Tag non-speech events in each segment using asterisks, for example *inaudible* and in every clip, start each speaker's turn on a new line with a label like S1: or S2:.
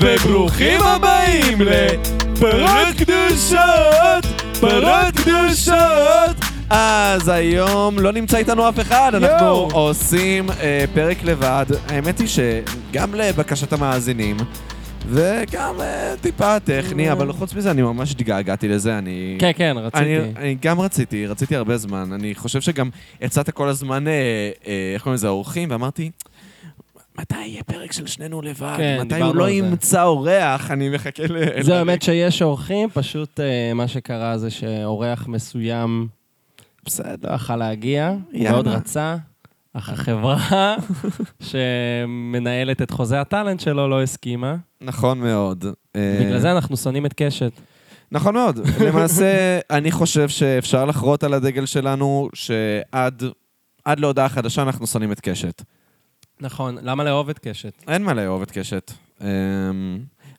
S1: וברוכים הבאים לפרות קדושות, פרות קדושות. אז היום לא נמצא איתנו אף אחד, אנחנו
S2: יואו.
S1: עושים אה, פרק לבד. האמת היא שגם לבקשת המאזינים, וגם אה, טיפה טכני, אבל חוץ מזה אני ממש התגעגעתי לזה, אני...
S2: כן, כן, רציתי.
S1: אני, אני גם רציתי, רציתי הרבה זמן. אני חושב שגם הצעת כל הזמן, אה, אה, איך קוראים לזה, אורחים, ואמרתי, מתי יהיה פרק של שנינו לבד?
S2: כן,
S1: מתי הוא
S2: דיברנו
S1: לא
S2: על זה.
S1: ימצא אורח? אני מחכה ל...
S2: זהו,
S1: ל-
S2: האמת שיש אורחים, פשוט אה, מה שקרה זה שאורח מסוים
S1: בסדר.
S2: לא יכל להגיע, הוא
S1: יאללה.
S2: מאוד רצה, אך
S1: *laughs*
S2: החברה שמנהלת את חוזה הטאלנט שלו לא הסכימה.
S1: נכון מאוד. אה,
S2: בגלל זה אנחנו שונאים את קשת.
S1: נכון מאוד.
S2: *laughs*
S1: למעשה, אני חושב שאפשר לחרות על הדגל שלנו שעד עד להודעה חדשה אנחנו שונאים את קשת.
S2: נכון, למה לאהוב את
S1: *laughs*
S2: קשת?
S1: אין מה לאהוב את קשת. אה,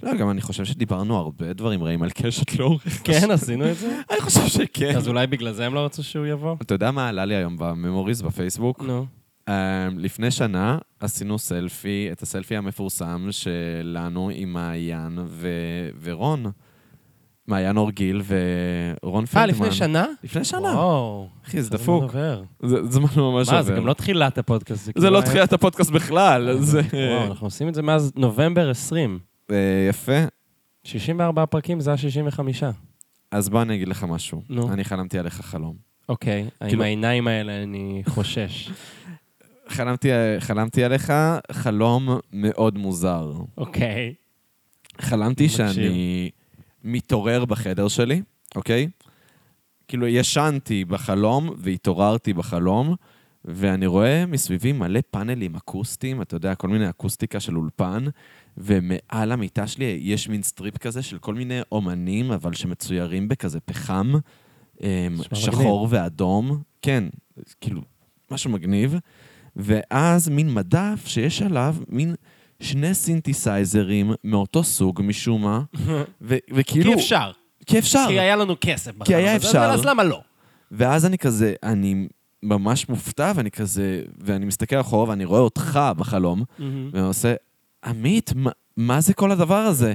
S1: לא, גם אני חושב שדיברנו הרבה דברים רעים על קשת לאורך.
S2: כן, עשינו את זה?
S1: אני חושב שכן.
S2: אז אולי בגלל זה הם לא רצו שהוא יבוא?
S1: אתה יודע מה עלה לי היום בממוריז בפייסבוק?
S2: נו.
S1: Um, לפני שנה עשינו סלפי, את הסלפי המפורסם שלנו עם מעיין ו... ורון. מעיין אורגיל ורון פלדמן.
S2: אה, לפני שנה? לא-
S1: לפני שנה.
S2: וואו.
S1: אחי, זה
S2: הזמן
S1: דפוק.
S2: עובר.
S1: זה זמן ממש עובר.
S2: מה, זה גם לא תחילת הפודקאסט.
S1: זה
S2: כאילו
S1: לא
S2: היה-
S1: תחילת הפודקאסט בכלל. זה...
S2: וואו, נכון. אנחנו עושים את זה מאז נובמבר 20.
S1: אה, יפה.
S2: 64 פרקים זה ה-65.
S1: אז בוא אני אגיד לך משהו.
S2: נו.
S1: אני חלמתי עליך חלום.
S2: אוקיי, עם
S1: כאילו-
S2: העיניים האלה אני חושש.
S1: חלמתי, חלמתי עליך חלום מאוד מוזר.
S2: *laughs* אוקיי.
S1: חלמתי
S2: מקשיב.
S1: שאני מתעורר בחדר שלי, אוקיי? כאילו, ישנתי בחלום והתעוררתי בחלום, ואני רואה מסביבי מלא פאנלים אקוסטיים, אתה יודע, כל מיני אקוסטיקה של אולפן, ומעל המיטה שלי יש מין סטריפ כזה של כל מיני אומנים, אבל שמצוירים בכזה פחם, אמ,
S2: נשמע
S1: שחור ואדום. כן, כאילו, משהו מגניב. ואז מין מדף שיש עליו מין שני סינתסייזרים מאותו סוג משום מה, ו- וכאילו...
S2: כי כאילו- אפשר,
S1: כי אפשר.
S2: כי היה לנו כסף. בחרנו,
S1: היה
S2: אז-
S1: אפשר.
S2: אז למה לא?
S1: ואז אני כזה, אני ממש מופתע, ואני כזה, ואני מסתכל אחורה ואני רואה אותך בחלום,
S2: Mm-hmm.
S1: ואני עושה, עמית, מה, מה זה כל הדבר הזה?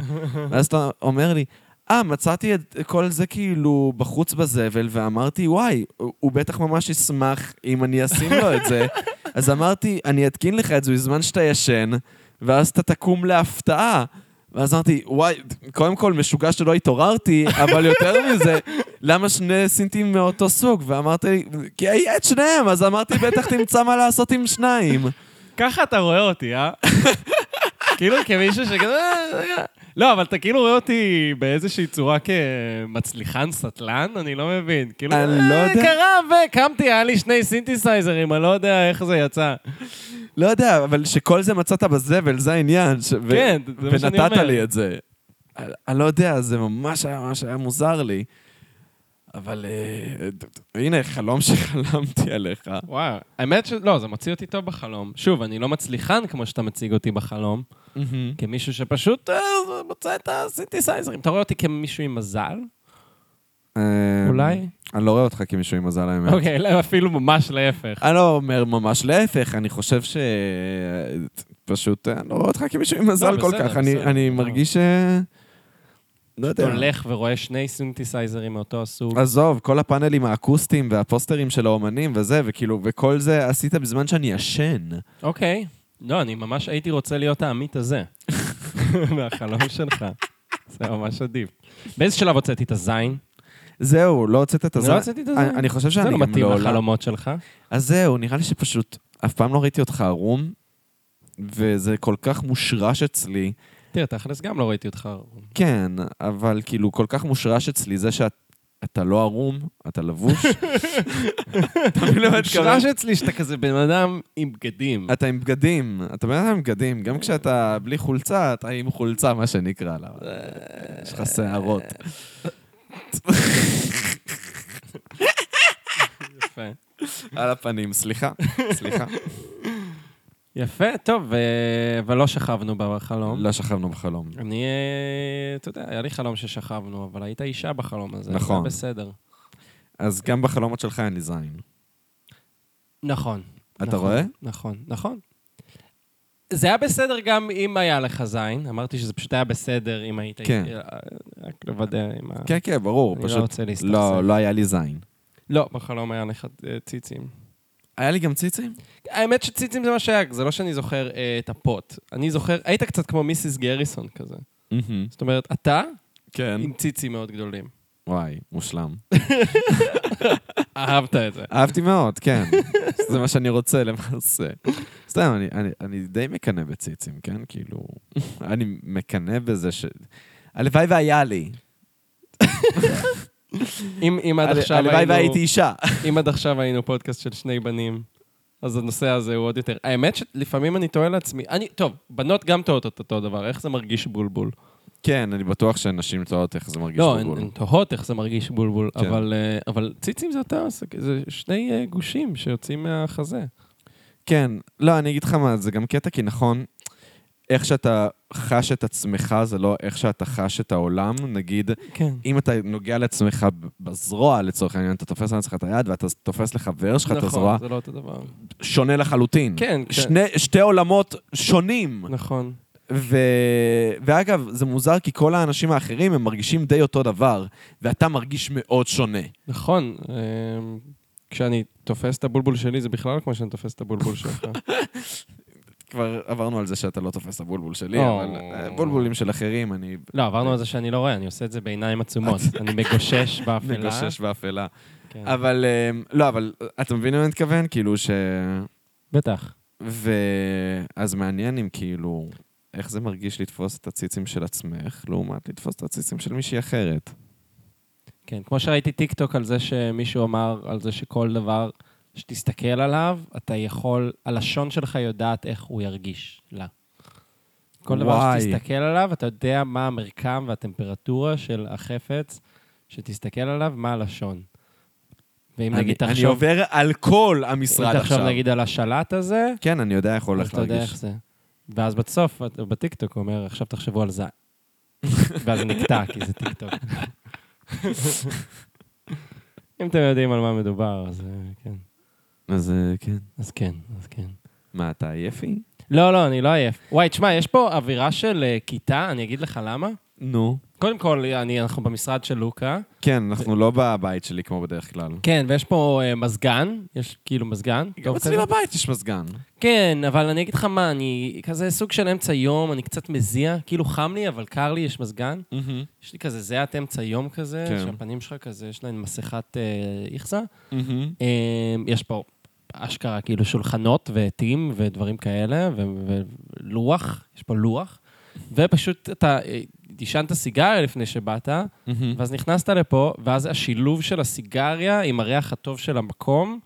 S1: ואז אתה אומר לי, אה, מצאתי את כל זה כאילו בחוץ בזבל, ואמרתי, וואי, הוא, הוא בטח ממש ישמח אם אני אשים לו את זה. אז אמרתי, אני אתקין לך את זה בזמן שאתה ישן, ואז אתה תקום להפתעה. ואז אמרתי, וואי, קודם כל משוגע שלא התעוררתי, אבל יותר מזה, למה שני סינטים מאותו סוג? ואמרת לי, כי היה את שניהם, אז אמרתי, בטח תמצא מה לעשות עם שניים.
S2: ככה אתה רואה אותי, אה? *laughs* כאילו כמישהו שכזה... "אה, רגע." לא, אבל אתה כאילו רואה אותי באיזושהי צורה כמצליחן סטלן, אני לא מבין. כאילו,
S1: אני לא
S2: "אה,
S1: יודע."
S2: קרה וקמתי, היה לי שני סינתסייזרים, אני לא יודע איך זה יצא.
S1: לא יודע, אבל שכל זה מצאת בזבל, זה העניין. ש... ו-
S2: כן, זה מה שאני
S1: ונתת
S2: אומר.
S1: לי את זה. אני- אני לא יודע, זה ממש היה, ממש היה מוזר לי. אבל אה, ד- ד- הנה, חלום שחלמתי עליך.
S2: וואו, האמת שלא, זה מוציא אותי טוב בחלום. שוב, אני לא מצליחן כמו שאתה מציג אותי בחלום, כמישהו שפשוט אה, מוצא את הסינתסייזרים. אתה רואה אותי כמישהו עם מזל,
S1: אה,
S2: אולי?
S1: אני לא רואה אותך כמישהו עם מזל האמת.
S2: אוקיי, לא, אפילו ממש להפך.
S1: אני לא אומר ממש להפך, אני חושב ש... פשוט, אה, אני לא רואה אותך כמישהו עם מזל
S2: לא,
S1: כל
S2: בסדר,
S1: כך. אני-
S2: בסדר.
S1: אני
S2: לא.
S1: מרגיש ש... לא
S2: אתה
S1: יודע. אה.
S2: הולך ורואה שני סינתסייזרים מאותו הסוג.
S1: עזוב, כל הפאנלים האקוסטיים והפוסטרים של האומנים וזה, וכאילו, וכל זה עשית בזמן שאני ישן.
S2: אוקיי. לא, אני ממש הייתי רוצה להיות העמית הזה. *laughs* מהחלום שלך. זה ממש עדיף. באיזה שלב הוצאתי את הזין?
S1: זהו, לא הוצאת את
S2: אני
S1: הזין.
S2: לא הוצאתי את הזין.
S1: אני- אני חושב
S2: זה
S1: שאני
S2: לא
S1: גם
S2: מתאים
S1: לא...
S2: לחלומות שלך.
S1: אז זהו, נראה לי שפשוט אף פעם לא ראיתי אותך ערום, וזה כל כך מושרש אצלי.
S2: תראה, תכלס גם לא ראיתי אותך.
S1: כן, אבל כאילו, כל כך מושרש אצלי זה שאת... אתה לא ערום, אתה
S2: *laughs*
S1: לבוש. אתה מבין למה אני מתכוון?
S2: מושרש אצלי שאתה כזה בן אדם עם בגדים.
S1: אתה עם בגדים, אתה בן אדם עם בגדים, גם כשאתה בלי חולצה, אתה עם חולצה, מה שנקרא לה. יש לך שערות.
S2: יפה.
S1: על הפנים, סליחה, סליחה.
S2: יפה, טוב, אה, אבל לא שכבנו בחלום.
S1: *laughs* לא שכבנו בחלום.
S2: אני, אה, אתה יודע, היה לי חלום ששכבנו, אבל היית אישה בחלום הזה.
S1: נכון.
S2: זה בסדר.
S1: אז גם בחלומות שלך אין לי זין.
S2: נכון.
S1: אתה
S2: נכון,
S1: רואה?
S2: נכון, נכון. זה היה בסדר גם אם היה לך זין. אמרתי שזה פשוט היה בסדר אם היית...
S1: כן.
S2: רק לוודא אם ה...
S1: כן, כן, ברור,
S2: אני לא
S1: פשוט
S2: רוצה להסתכסך.
S1: לא, לא היה לי זין.
S2: לא, בחלום היה לך אה, ציצים.
S1: היה לי גם ציצים?
S2: האמת שציצים זה מה שהיה, זה לא שאני זוכר אה, את הפוט. אני זוכר, היית קצת כמו מיסיס גריסון כזה. זאת אומרת, אתה
S1: כן.
S2: עם ציצים מאוד גדולים.
S1: וואי, מושלם.
S2: אהבת את זה.
S1: אהבתי מאוד, *laughs* כן. זה מה שאני רוצה למעשה. סתם, אני, אני, אני די מקנא בציצים, כן? כאילו, *laughs* אני מקנא בזה ש... הלוואי והיה לי.
S2: אם, אם, עד
S1: הל-
S2: עכשיו
S1: הלוואי
S2: היינו,
S1: והייתי אישה. *laughs*
S2: אם עד עכשיו היינו פודקאסט של שני בנים, אז הנושא הזה הוא עוד יותר... האמת שלפעמים אני תוהה לעצמי, אני, טוב, בנות גם טועות את אותו דבר, איך זה מרגיש בולבול?
S1: כן, אני בטוח שנשים תוהות איך זה מרגיש
S2: לא, הן
S1: בגבול.
S2: הן תוהות איך זה מרגיש בולבול,
S1: כן.
S2: אבל, אה, אבל ציצים זה יותר, עסק- זה שני אה, גושים שיוצאים מהחזה.
S1: כן, לא, אני אגיד לך מה, זה גם קטע, כי נכון, איך שאתה חש את עצמך, זה לא איך שאתה חש את העולם. נגיד,
S2: כן.
S1: אם אתה נוגע לעצמך ב- בזרוע, לצורך העניין, אתה תופס על עצמך את היד ואתה תופס לחבר שלך את הזרוע,
S2: נכון, זה לא אותו דבר.
S1: שונה לחלוטין.
S2: כן, כן.
S1: שני, שתי עולמות שונים.
S2: נכון.
S1: ו... ואגב, זה מוזר כי כל האנשים האחרים הם מרגישים די אותו דבר, ואתה מרגיש מאוד שונה.
S2: נכון, אמ, כשאני תופס את הבולבול שלי, זה בכלל לא כמו שאני תופס את הבולבול
S1: *laughs*
S2: שלך.
S1: כבר עברנו על זה שאתה לא תופס את הבולבול שלי,
S2: או.
S1: אבל אה, בולבולים של אחרים, אני
S2: לא, עברנו על זה שאני לא רואה, אני עושה את זה
S1: *laughs*
S2: בעיניים עצומות. אני מגושש באפלה.
S1: מגושש באפלה.
S2: כן.
S1: אבל, אה, לא, אבל אה, אתה מבין מה אני מתכוון? כאילו ש...
S2: בטח.
S1: ו... אז מעניין אם כאילו, איך זה מרגיש לתפוס את הציצים של עצמך, לעומת לתפוס את הציצים של מישהי אחרת.
S2: כן, כמו שראיתי טיק טוק על זה שמישהו אמר, על זה שכל דבר שתסתכל עליו, אתה יכול, הלשון שלך יודעת איך הוא ירגיש לה. כל דבר
S1: וואי.
S2: שתסתכל עליו, אתה יודע מה המרקם והטמפרטורה של החפץ שתסתכל עליו, מה הלשון. ואם
S1: אני,
S2: נגיד
S1: אני
S2: תחשוב,
S1: עובר על כל
S2: אם
S1: המשרד
S2: תחשוב
S1: עכשיו.
S2: נגיד על השלט הזה,
S1: כן, אני יודע איך הוא
S2: אז
S1: הולך
S2: אתה יודע
S1: להרגיש.
S2: איך זה. ואז בסוף, את- בטיקטוק הוא אומר, עכשיו תחשבו על זין. ואז זה נקטע, כי זה טיקטוק. אם אתם יודעים על מה מדובר, אז אה, כן.
S1: אז אה, כן.
S2: אז כן, אז כן.
S1: מה, אתה יפי?
S2: לא, לא, אני לא עייף. וואי, תשמע, יש פה אווירה של אה, כיתה, אני אגיד לך למה.
S1: נו.
S2: קודם כל, אני, אנחנו במשרד של לוקה.
S1: כן, אנחנו לא בבית שלי כמו בדרך כלל.
S2: כן, ויש פה אה, מזגן, יש כאילו מזגן.
S1: גם
S2: טוב
S1: אצלי לא.
S2: כזה.
S1: בבית יש מזגן.
S2: כן, אבל אני אגיד לך מה, אני כזה סוג של אמצע יום, אני קצת מזיע, כאילו חם לי, אבל קר לי, יש מזגן. יש לי כזה זיעת אמצע יום כזה,
S1: כן.
S2: כן. שהפנים שלך כזה, יש להן מסכת אה, איכסה. אה, יש פה אשכרה כאילו שולחנות ועטים ודברים כאלה, ו- ולוח, יש פה לוח. ופשוט אתה אה, עישנת סיגריה לפני שבאת, ואז נכנסת לפה, ואז השילוב של הסיגריה עם הריח הטוב של המקום,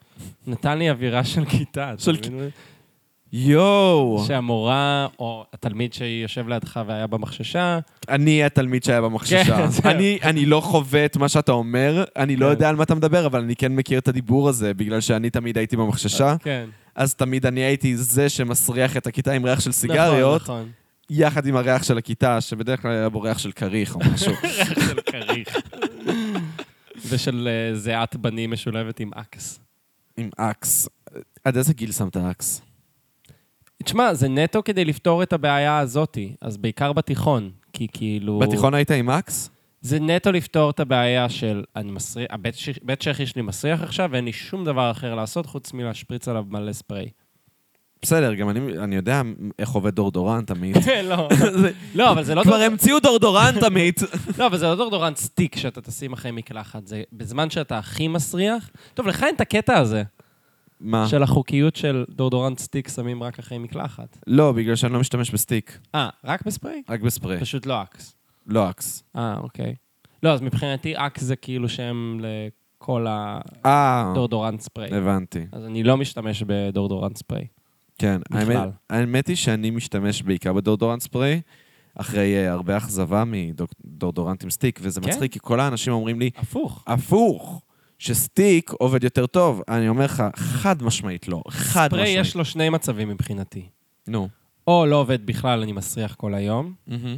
S2: נתן לי אווירה של כיתה. אתה
S1: של
S2: מבין?
S1: יואו,
S2: שהמורה, או התלמיד שיושב לידך והיה במחששה,
S1: אני התלמיד שהיה במחששה.
S2: כן, זהו.
S1: אני- אני לא חווה את מה שאתה אומר, אני לא
S2: כן.
S1: יודע על מה אתה מדבר, אבל אני כן מכיר את הדיבור הזה, בגלל שאני תמיד הייתי במחששה,
S2: כן.
S1: אז תמיד אני הייתי זה שמסריח את הכיתה עם ריח של סיגריות,
S2: נכון, נכון.
S1: יחד עם הריח של הכיתה, שבדרך כלל היה בו ריח של כריך או
S2: *laughs*
S1: משהו.
S2: של כריך. ושל אה, זיעת בנים משולבת עם אקס.
S1: עם אקס. עד איזה גיל שמת אקס?
S2: תשמע, זה נטו כדי לפתור את הבעיה הזאתי, אז בעיקר בתיכון, כי כאילו...
S1: בתיכון היית עם אקס?
S2: זה נטו לפתור את הבעיה של אני מסריח, הבית ש- בית צ'כי שלי מסריח עכשיו, ואין לי שום דבר אחר לעשות חוץ מלהשפריץ עליו מלא ספרי.
S1: *laughs* בסדר, גם אני, אני יודע איך עובד דורדורנט, עמית.
S2: לא, לא, אבל זה לא...
S1: כבר המציאו דורדורנט,
S2: *laughs*
S1: עמית.
S2: לא, אבל זה לא דורדורנט סטיק שאתה תשים אחרי מקלחת, זה בזמן שאתה הכי מסריח. טוב, לך אין את הקטע הזה
S1: מה?
S2: של החוקיות של דורדורנט סטיק שמים רק אחרי מקלחת.
S1: לא, בגלל שאני לא משתמש בסטיק,
S2: אה, רק בספרי?
S1: רק בספרי,
S2: פשוט לא אקס.
S1: לא אקס.
S2: אה, אוקיי. לא, אז מבחינתי אקס זה כאילו שם לכל
S1: אה,
S2: הדורדורנט ספרי.
S1: הבנתי.
S2: אז אני לא משתמש בדורדורנט ספרי.
S1: כן,
S2: בכלל.
S1: האמת- האמת היא שאני משתמש בעיקר בדורדורנט ספרי, אחרי אה, הרבה אכזבה מדורדורנט עם סטיק, וזה
S2: כן?
S1: מצחיק, כי כל האנשים אומרים לי,
S2: הפוך.
S1: הפוך, שסטיק עובד יותר טוב. אני אומר לך, חד משמעית לא, חד
S2: ספרי
S1: משמעית.
S2: יש לו שני מצבים מבחינתי.
S1: נו.
S2: או לא עובד בכלל, אני מסריח כל היום,
S1: מהמם.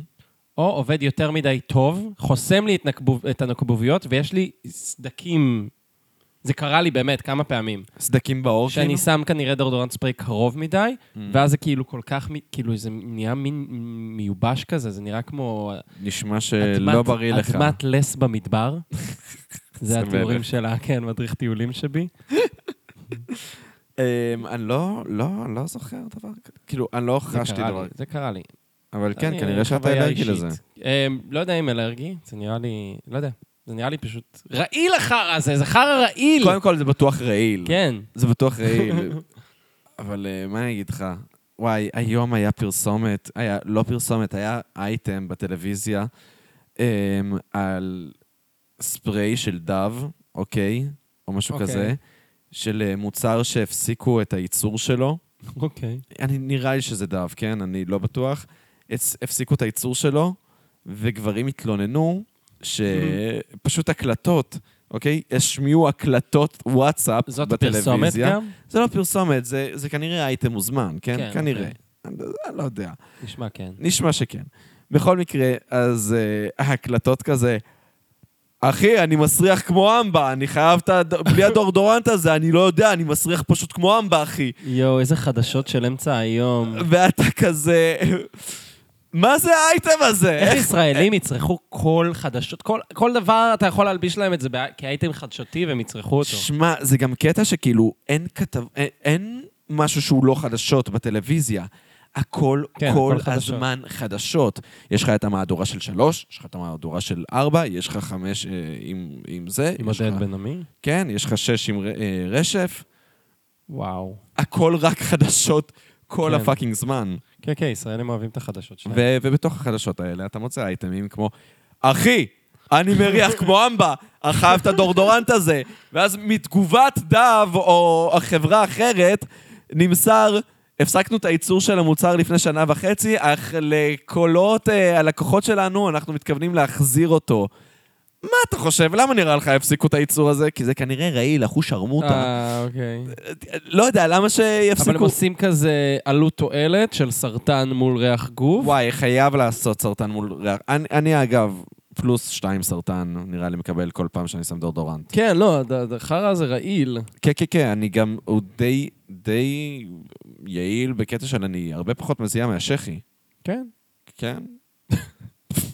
S2: או עובד יותר מדי טוב, חוסם לי את, נקבוב, את הנקבוביות, ויש לי סדקים זה קרה לי באמת כמה פעמים.
S1: סדקים באור,
S2: שאני
S1: כאילו?
S2: שם כנראה דאודורנט ספרי קרוב מדי,
S1: Mm.
S2: ואז זה כאילו כל כך, מ- כאילו זה נהיה מין מיובש כזה, זה נראה כמו
S1: נשמע
S2: אדמת-
S1: שלא אה, לא בריא לך.
S2: אדמת
S1: *laughs*
S2: לס במדבר. זה
S1: זה
S2: התיאורים
S1: בערך.
S2: שלה, כן, מדריך טיולים שבי.
S1: אמ, אני לא, לא, אני לא זוכר דבר כזה. כאילו, אני לא
S2: זה
S1: חשתי
S2: קרה
S1: דבר
S2: לי,
S1: כזה.
S2: זה קרה לי.
S1: אבל כן,
S2: אני-
S1: כנראה שאתה
S2: חוויה
S1: אלרגי
S2: אישית.
S1: לזה.
S2: אמ, לא יודע אם אלרגי, זה נראה לי, לא יודע. זה נראה לי פשוט רעיל החרא הזה, זה חרא רעיל.
S1: קודם כל, זה בטוח רעיל.
S2: כן.
S1: זה בטוח רעיל. אבל אה, מה אני אגיד לך? וואי, היום היה פרסומת, היה, לא פרסומת, היה אייטם בטלוויזיה אמ, על ספרי של דב, אוקיי? או משהו
S2: אוקיי.
S1: כזה, של אה, מוצר שהפסיקו את הייצור שלו.
S2: אוקיי.
S1: אני, נראה לי שזה דב, כן? אני לא בטוח. הצ- הפסיקו את הייצור שלו, וגברים התלוננו שפשוט הקלטות, אוקיי? השמיעו הקלטות וואטסאפ בטלוויזיה.
S2: זאת הפרסומת גם?
S1: זה לא פרסומת, זה, זה כנראה אייטם מוזמן, כן?
S2: כן,
S1: כן כנראה.
S2: אוקיי.
S1: אני לא- אני לא יודע.
S2: נשמע כן.
S1: נשמע שכן. בכל מקרה, אז uh, ההקלטות כזה, אחי, אני מסריח כמו אמבה, אני חייב את ה... בלי הדורדורנט הזה, אני לא יודע, אני מסריח פשוט כמו אמבה, אחי.
S2: יואו, איזה חדשות של אמצע היום.
S1: ואתה כזה... מה זה האייטם הזה?
S2: איך ישראלים יצרכו כל חדשות, כל, כל דבר אתה יכול להלביש להם את זה בא- כאייטם חדשותי והם יצרכו אותו.
S1: שמע, זה גם קטע שכאילו אין כתב... אין, אין משהו שהוא לא חדשות בטלוויזיה. הכל,
S2: כן,
S1: כן, כל
S2: הכל חדשות.
S1: הזמן חדשות. יש לך את המהדורה של שלוש, יש לך את המהדורה של ארבע, יש לך חמש אה, עם, עם זה.
S2: עם
S1: יש
S2: עודד
S1: לך-
S2: בן עמי?
S1: כן, יש לך שש עם ר- אה, רשף.
S2: וואו.
S1: הכל רק חדשות כל
S2: כן.
S1: הפאקינג זמן.
S2: כן, כן, ישראלים אוהבים את החדשות שלהם.
S1: ו- ובתוך החדשות האלה אתה מוצא אייטמים כמו, אחי, אני מריח כמו אמבה, אחאב את הדורדורנט הזה. ואז מתגובת דב או חברה אחרת נמסר, הפסקנו את הייצור של המוצר לפני שנה וחצי, אך לקולות אה, הלקוחות שלנו אנחנו מתכוונים להחזיר אותו. מה אתה חושב? למה נראה לך הפסיקו את הייצור הזה? כי זה כנראה רעיל, אחוש שרמוטה.
S2: אה, אוקיי.
S1: לא יודע, למה שיפסיקו?
S2: אבל הם עושים כזה עלות תועלת של סרטן מול ריח גוף.
S1: וואי, חייב לעשות סרטן מול ריח. אני, אני אגב, פלוס שתיים סרטן, נראה לי מקבל כל פעם שאני שם דורדורנט.
S2: כן, לא, הד- החרא זה רעיל.
S1: כן, כן, כן, אני גם, הוא די, די יעיל בקטע של אני הרבה פחות מזיע מהשחי.
S2: כן.
S1: כן. *laughs*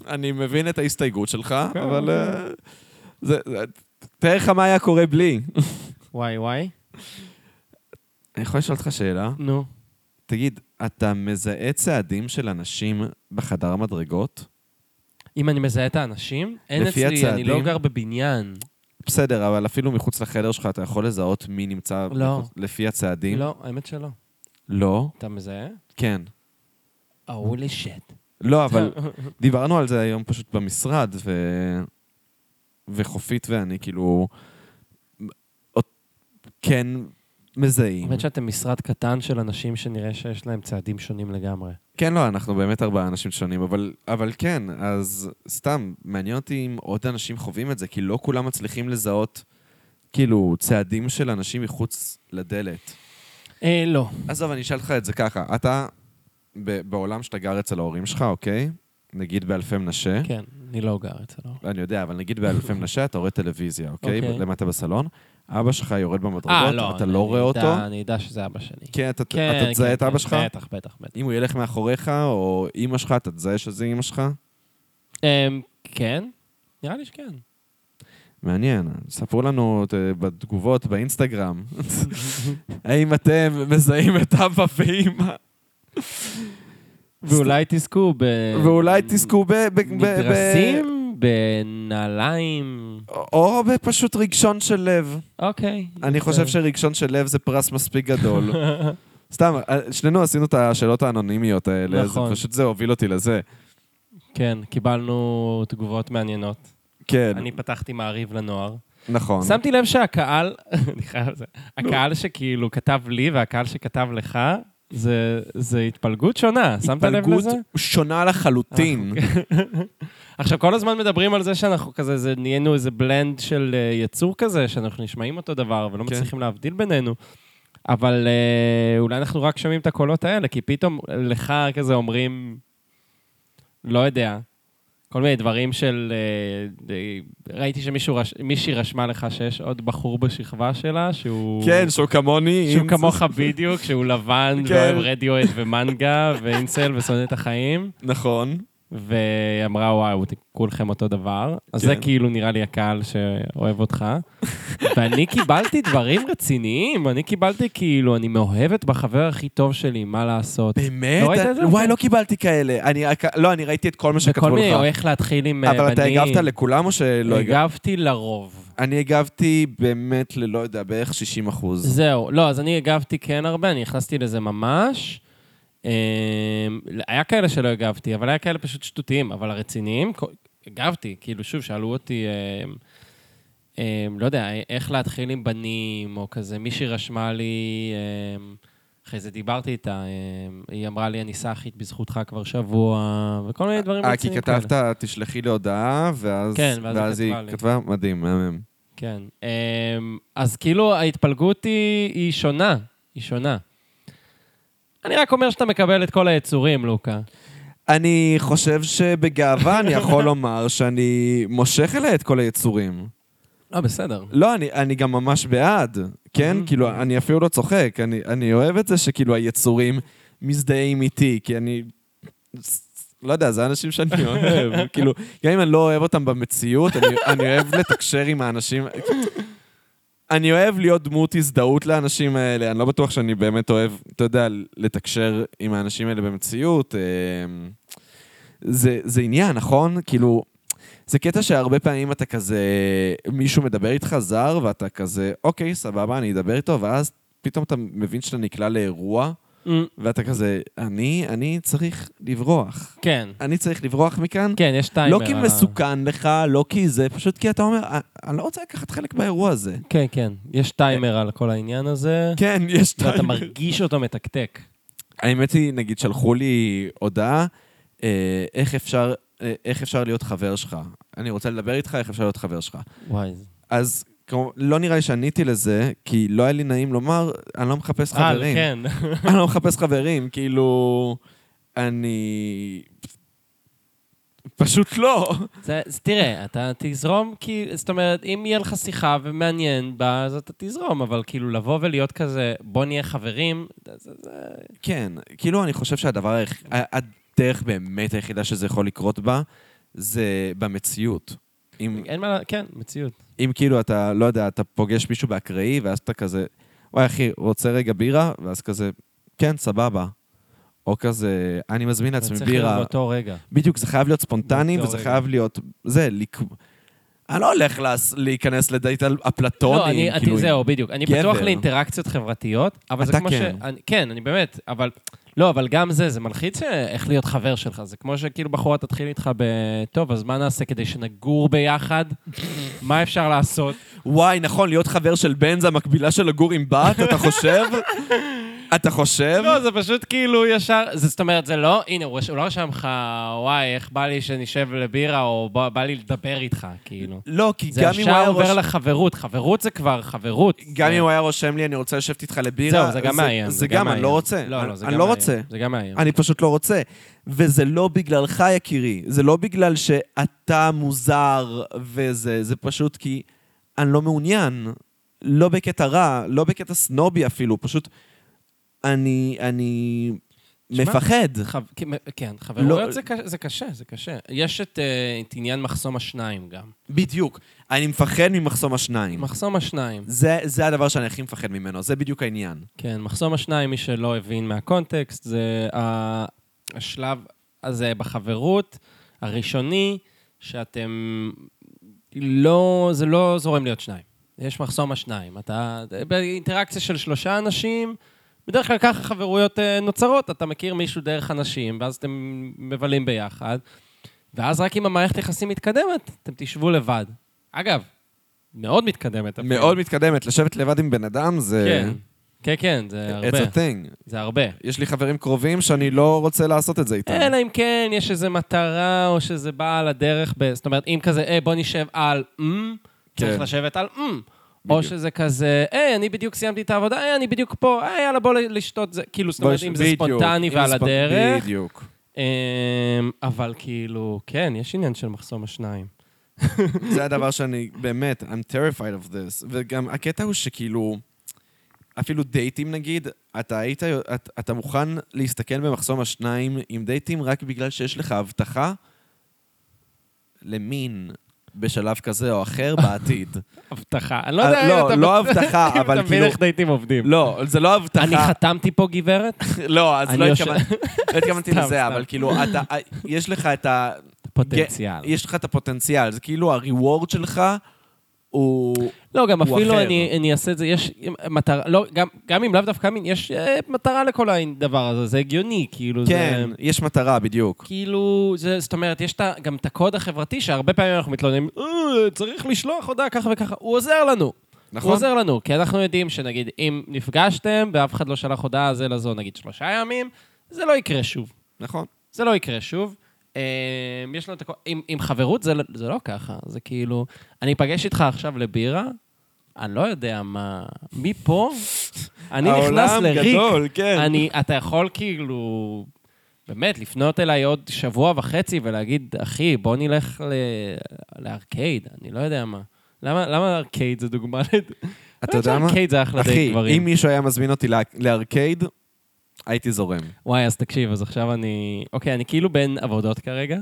S1: אני מבין את ההסתייגות שלך,
S2: כן,
S1: אבל...
S2: כן.
S1: אה, זה, זה- תאר לך מה היה קורה בלי.
S2: וואי, וואי.
S1: *laughs* אני יכול לשאול אותך שאלה?
S2: נו.
S1: תגיד, אתה מזהה צעדים של אנשים בחדר מדרגות?
S2: אם אני מזהה את האנשים, אין
S1: לפי
S2: אצלי, אני לא
S1: הצעדים?
S2: גר בבניין.
S1: בסדר, אבל אפילו מחוץ לחדר שלך אתה יכול לזהות מי נמצא
S2: לא.
S1: מחוץ- לפי הצעדים?
S2: לא, האמת שלא.
S1: לא?
S2: אתה מזהה?
S1: כן.
S2: הולי שט.
S1: לא, אבל דיברנו על זה היום פשוט במשרד, ו... וחופית ואני כאילו... אות- כן מזהים.
S2: האמת שאתם משרד קטן של אנשים שנראה שיש להם צעדים שונים לגמרי.
S1: כן, לא, אנחנו באמת ארבעה אנשים שונים, אבל, אבל כן, אז סתם, מעניין אותי אם עוד אנשים חווים את זה, כי לא כולם מצליחים לזהות, כאילו, צעדים של אנשים מחוץ לדלת.
S2: אה, לא.
S1: עזוב, אני אשאל אותך את זה ככה. אתה, ב- בעולם שאתה גר אצל ההורים שלך, אוקיי? נגיד באלפי מנשה.
S2: כן, אני לא גר אצלו.
S1: אני יודע, אבל נגיד באלפי מנשה אתה רואה טלוויזיה, אוקיי?
S2: אוקיי.
S1: למטה בסלון. אבא שלך יורד
S2: אה,
S1: במדרגות,
S2: לא.
S1: אתה
S2: אני-
S1: לא רואה
S2: אני
S1: אותו.
S2: אדע- אני אדע שזה אבא שלי.
S1: כן, אתה אתה תזהה את
S2: כן,
S1: אבא שלך?
S2: בטח, בטח, בטח.
S1: אם הוא ילך מאחוריך, או אימא שלך, אתה תזהה שזה אימא שלך?
S2: אמ, כן? נראה לי שכן.
S1: מעניין. ספרו לנו ת- בתגובות
S2: *laughs*
S1: באינסטגרם, האם אתם מזהים את אבא ואימא?
S2: ואולי תזכו ב...
S1: ואולי תזכו ב... ב- ב- ב-
S2: בדרסים, בנעליים.
S1: או בפשוט רגשון של לב.
S2: אוקיי.
S1: אני חושב שרגשון של לב זה פרס מספיק
S2: *laughs*
S1: גדול. סתם, אה, שנינו עשינו את השאלות האנונימיות האלה, זה
S2: נכון.
S1: פשוט זה הוביל אותי לזה.
S2: כן, קיבלנו תגובות מעניינות.
S1: כן,
S2: אני פתחתי מעריב לנוער.
S1: נכון.
S2: שמתי לב שהקהל, *laughs* אני חייב זה, הקהל שכאילו כתב לי והקהל שכתב לך, זה, זה התפלגות שונה, שמת לב לזה?
S1: התפלגות
S2: אה,
S1: שונה לחלוטין.
S2: עכשיו, כל הזמן מדברים על זה שאנחנו כזה, זה, נהיינו איזה בלנד של אה, יצור כזה, שאנחנו נשמעים אותו דבר ולא
S1: כן.
S2: מצליחים להבדיל בינינו. אבל אה, אולי אנחנו רק שומעים את אה, הקולות האלה, כי פתאום לך כזה אומרים, לא יודע, כל מיני דברים של... אה, אה, ראיתי שמישהי רשמה לך שיש עוד בחור בשכבה שלה, שהוא...
S1: כן, שהוא כמוני.
S2: אוקיי. שהוא
S1: עם-
S2: כמוך בדיוק, שהוא לבן
S1: *laughs* כן.
S2: ואוהב רדיואט ומנגה ואינסל ושונא את החיים,
S1: נכון.
S2: והיא אמרה, וואו, אתם כולכם אותו דבר. אז
S1: כן.
S2: זה כאילו נראה לי הקהל
S1: *laughs*
S2: שאוהב אותך. ואני קיבלתי דברים רציניים, אני קיבלתי כאילו, אני מאוהבת בחבר הכי טוב שלי, מה לעשות?
S1: באמת?
S2: לא ראית את זה?
S1: וואי, לא קיבלתי כאלה. אני, רק- לא, אני ראיתי את כל מה
S2: וכל
S1: שכתבו
S2: מיני, או
S1: לך.
S2: איך להתחיל עם אה, בנים.
S1: אבל אתה הגבת לכולם או שלא הגבת?
S2: הגבתי לרוב.
S1: אני הגבתי באמת ללא יודע, בערך 60 אחוז.
S2: זהו. לא, אז אני הגבתי כן הרבה, אני נכנסתי לזה ממש. אמ, היה כאלה שלא הגבתי, אבל היה כאלה פשוט שטותיים, אבל הרציניים, כ- הגבתי. כאילו, שוב, שאלו אותי, אמ, אמ, לא יודע, איך להתחיל עם בנים, או כזה. מישהי רשמה לי, אמ, אחרי זה דיברתי איתה, אמ, היא אמרה לי, אני סאחית בזכותך כבר שבוע, וכל מיני דברים
S1: אה, כי
S2: רציניים כאלה.
S1: כתבת, תשלחי לי הודעה, ואז
S2: כן, ואז היא
S1: ואז היא
S2: כתבה לי.
S1: כתבה, מדהים, מהמם.
S2: כן. אמ, אז כאילו ההתפלגות היא, היא שונה, היא שונה. אני רק אומר שאתה מקבל את כל היצורים, לוקה.
S1: אני חושב שבגאווה אני יכול לומר שאני מושך אליי את כל היצורים.
S2: לא, בסדר.
S1: לא, אני, אני גם ממש בעד, כן?
S2: Mhm.
S1: כאילו, אני אפילו לא צוחק. אני, אני אוהב את זה שכאילו היצורים מזדהים איתי, כי אני... לא יודע, זה האנשים שאני אוהב. כאילו, גם אם אני לא אוהב אותם במציאות, אני, אני אוהב לתקשר עם האנשים. אני אוהב להיות דמות הזדהות לאנשים האלה, אני לא בטוח שאני באמת אוהב, אתה יודע, לתקשר עם האנשים האלה במציאות. אה, זה, זה עניין, נכון? כאילו, זה קטע שהרבה פעמים אתה כזה, מישהו מדבר איתך זר, ואתה כזה, אוקיי, סבבה, אני אדבר איתו, ואז פתאום אתה מבין שאתה נקלע לאירוע, ואתה כזה, אני, אני צריך לברוח.
S2: כן,
S1: אני צריך לברוח מכאן.
S2: כן, יש טיימר.
S1: לא כי
S2: על ה-
S1: מסוכן לך, לא כי זה, פשוט כי אתה אומר, "אני- אני לא רוצה לקחת חלק באירוע הזה.
S2: *laughs* כן, כן, יש טיימר על כל העניין הזה,
S1: כן, יש
S2: ואתה
S1: טיימר.
S2: מרגיש אותו מתקתק.
S1: האמת היא, נגיד, שלחו לי הודעה, אה, איך אפשר, אה, איך אפשר להיות חבר שלך. אני רוצה לדבר איתך, איך אפשר להיות חבר שלך.
S2: וואי. זה-
S1: אז כמו, לא נראה לי שעניתי לזה, כי לא היה לי נעים לומר, אני לא מחפש
S2: אה,
S1: חברים.
S2: כן.
S1: *laughs* אני לא מחפש חברים, כאילו... אני... פשוט
S2: *laughs*
S1: לא.
S2: זה- אז תראה, אתה תזרום, כי, זאת אומרת, אם יהיה לך שיחה ומעניין בה, אז אתה תזרום, אבל כאילו לבוא ולהיות כזה, בוא נהיה חברים, זה- זה-
S1: כן, כאילו אני חושב שהדבר, היח- ה- הדרך באמת היחידה שזה יכול לקרות בה, זה במציאות. אם,
S2: אין מה, כן, מציאות.
S1: אם כאילו אתה, לא יודע, אתה פוגש מישהו באקראי, ואז אתה כזה, וואי אחי, רוצה רגע בירה? ואז כזה, כן, סבבה. או כזה, אני מזמין
S2: זה
S1: לעצמי
S2: צריך להיות
S1: בירה.
S2: באותו רגע.
S1: בדיוק, זה חייב להיות ספונטני,
S2: באותו
S1: וזה
S2: רגע.
S1: חייב להיות... זה, לק... אני לא הולך להס... להיכנס לדייט על
S2: לא,
S1: אפלטוני,
S2: אני,
S1: כאילו...
S2: אני, זהו, בדיוק. אני
S1: גבר.
S2: פתוח לאינטראקציות חברתיות, אבל זה
S1: אתה
S2: כמו
S1: כן.
S2: ש... אני, כן, אני באמת, אבל... לא, אבל גם זה, זה מלחיץ אה, איך להיות חבר שלך. זה כמו שכאילו בחורה תתחיל איתך ב... טוב, אז מה נעשה כדי שנגור ביחד? מה אפשר
S1: *laughs*
S2: לעשות?
S1: וואי, נכון, להיות חבר של בן זה המקבילה של לגור עם בת,
S2: *laughs*
S1: אתה חושב? אתה חושב?
S2: לא, זה פשוט כאילו ישר... זה- זאת אומרת, זה לא... הנה, הוא רש- הוא לא רשם לך, וואי, איך בא לי שנשב לבירה, או בא בא לי לדבר איתך, כאילו.
S1: לא, כי
S2: זה
S1: גם אם הוא
S2: ישר
S1: היה
S2: עובר
S1: רושם...
S2: לחברות. חברות זה כבר חברות.
S1: גם
S2: זה-
S1: אם הוא היה רושם לי, אני רוצה לשבת איתך לבירה.
S2: זהו, זה גם מאיים.
S1: זה גם, אני
S2: מאיים.
S1: לא רוצה.
S2: לא, לא, זה
S1: אני
S2: גם
S1: לא
S2: מאיים.
S1: רוצה.
S2: זה גם מאיים.
S1: אני פשוט לא רוצה. וזה לא בגללך, יקירי. זה לא בגלל שאתה מוזר וזה, זה פשוט כי אני לא מעוניין. לא בקטע רע, לא בקטע סנובי אפילו, פשוט אני, אני
S2: תשמע,
S1: מפחד.
S2: חב- כן, כן,
S1: לא-
S2: חברויות זה קשה- זה קשה, זה קשה. יש את אה, את עניין מחסום השניים גם.
S1: בדיוק. אני מפחד ממחסום השניים.
S2: מחסום השניים.
S1: זה, זה הדבר שאני הכי מפחד ממנו, זה בדיוק העניין.
S2: כן, מחסום השניים, מי שלא הבין מהקונטקסט, זה ה- השלב הזה בחברות הראשוני, שאתם לא, זה לא זורם להיות שניים. יש מחסום השניים. אתה באינטראקציה של שלושה אנשים, בדרך כלל ככה חברויות אה, נוצרות, אתה מכיר מישהו דרך אנשים, ואז אתם מבלים ביחד, ואז רק אם המערכת יחסים מתקדמת, אתם תשבו לבד. אגב, מאוד מתקדמת. אפילו.
S1: מאוד מתקדמת, לשבת לבד עם בן אדם זה...
S2: כן, כן, כן, זה הרבה.
S1: It's a thing.
S2: זה הרבה.
S1: יש לי חברים קרובים שאני לא רוצה לעשות את זה איתם.
S2: אלא אם כן יש איזו מטרה, או שזה בא על הדרך, ב... זאת אומרת, אם כזה, היי, בוא נשב על אמ, צריך
S1: כן.
S2: לשבת על אמ. או
S1: בדיוק.
S2: שזה כזה, היי, אני בדיוק סיימתי את העבודה, אה, היי, אני בדיוק פה, היי, יאללה, בוא לשתות זה. כאילו, זאת אומרת,
S1: בואי,
S2: אם זה
S1: בדיוק,
S2: ספונטני
S1: אם
S2: ועל
S1: ספונ- *laughs*
S2: הדרך,
S1: בדיוק.
S2: אמ, אמ, אבל כאילו, כן, יש עניין של מחסום השניים.
S1: זה הדבר שאני, באמת, I'm terrified of this. וגם הקטע הוא שכאילו, אפילו דייטים נגיד, אתה היית, את, אתה מוכן להסתכל במחסום השניים עם דייטים רק בגלל שיש לך הבטחה למין בשלב כזה או אחר בעתיד.
S2: הבטחה. אני לא
S1: אה,
S2: יודע אם
S1: לא,
S2: אתה...
S1: לא הבטחה, אבל
S2: *laughs* אם אתה מבין
S1: כאילו-
S2: איך דייטים
S1: *laughs*
S2: עובדים.
S1: לא, זה לא הבטחה.
S2: אני חתמתי פה, גברת?
S1: לא, אז
S2: אני
S1: לא
S2: יושב-
S1: התכוונתי- לא התכוונתי
S2: סתם,
S1: לזה,
S2: סתם.
S1: אבל כאילו, אתה, יש לך את ה...
S2: פוטנציאל.
S1: יש לך את הפוטנציאל, זה כאילו הריוורד שלך הוא...
S2: לא, גם
S1: הוא
S2: אפילו
S1: אחר.
S2: אני, אני אעשה את זה, יש מטרה, לא, גם, גם אם לאו דווקא מין, יש אה, מטרה לכל הדבר הזה, זה הגיוני, כאילו,
S1: כן,
S2: זה...
S1: יש מטרה, בדיוק.
S2: כאילו, זה, זאת אומרת, יש את ה- גם את הקוד החברתי, שהרבה פעמים אנחנו מתלוננים, "אה, צריך לשלוח הודעה ככה וככה, הוא עוזר לנו. נכון.
S1: נכון?
S2: הוא עוזר לנו, כי אנחנו יודעים שנגיד, אם נפגשתם ואף אחד לא שלח הודעה זה לזו, נגיד שלושה ימים, זה לא יקרה שוב.
S1: נכון.
S2: זה לא יקרה שוב. אה, יש לנו את הכל... עם, עם חברות זה, לא- זה לא ככה, זה כאילו... אני אפגש איתך עכשיו לבירה, אני לא יודע מה... מפה, אני נכנס לריק.
S1: כן.
S2: אני, אתה יכול כאילו... באמת, לפנות אליי עוד שבוע וחצי ולהגיד, אחי, בוא נלך ל... לארקייד, אני לא יודע מה. למה, למה ארקייד זה דוגמה?
S1: אתה יודע מה?
S2: ארקייד זה אחלה די
S1: אחי, אם
S2: גברים.
S1: מישהו היה מזמין אותי לה- לארקייד, הייתי זורם.
S2: וואי, אז תקשיב, אז עכשיו אני... אוקיי, אני כאילו בין עבודות כרגע.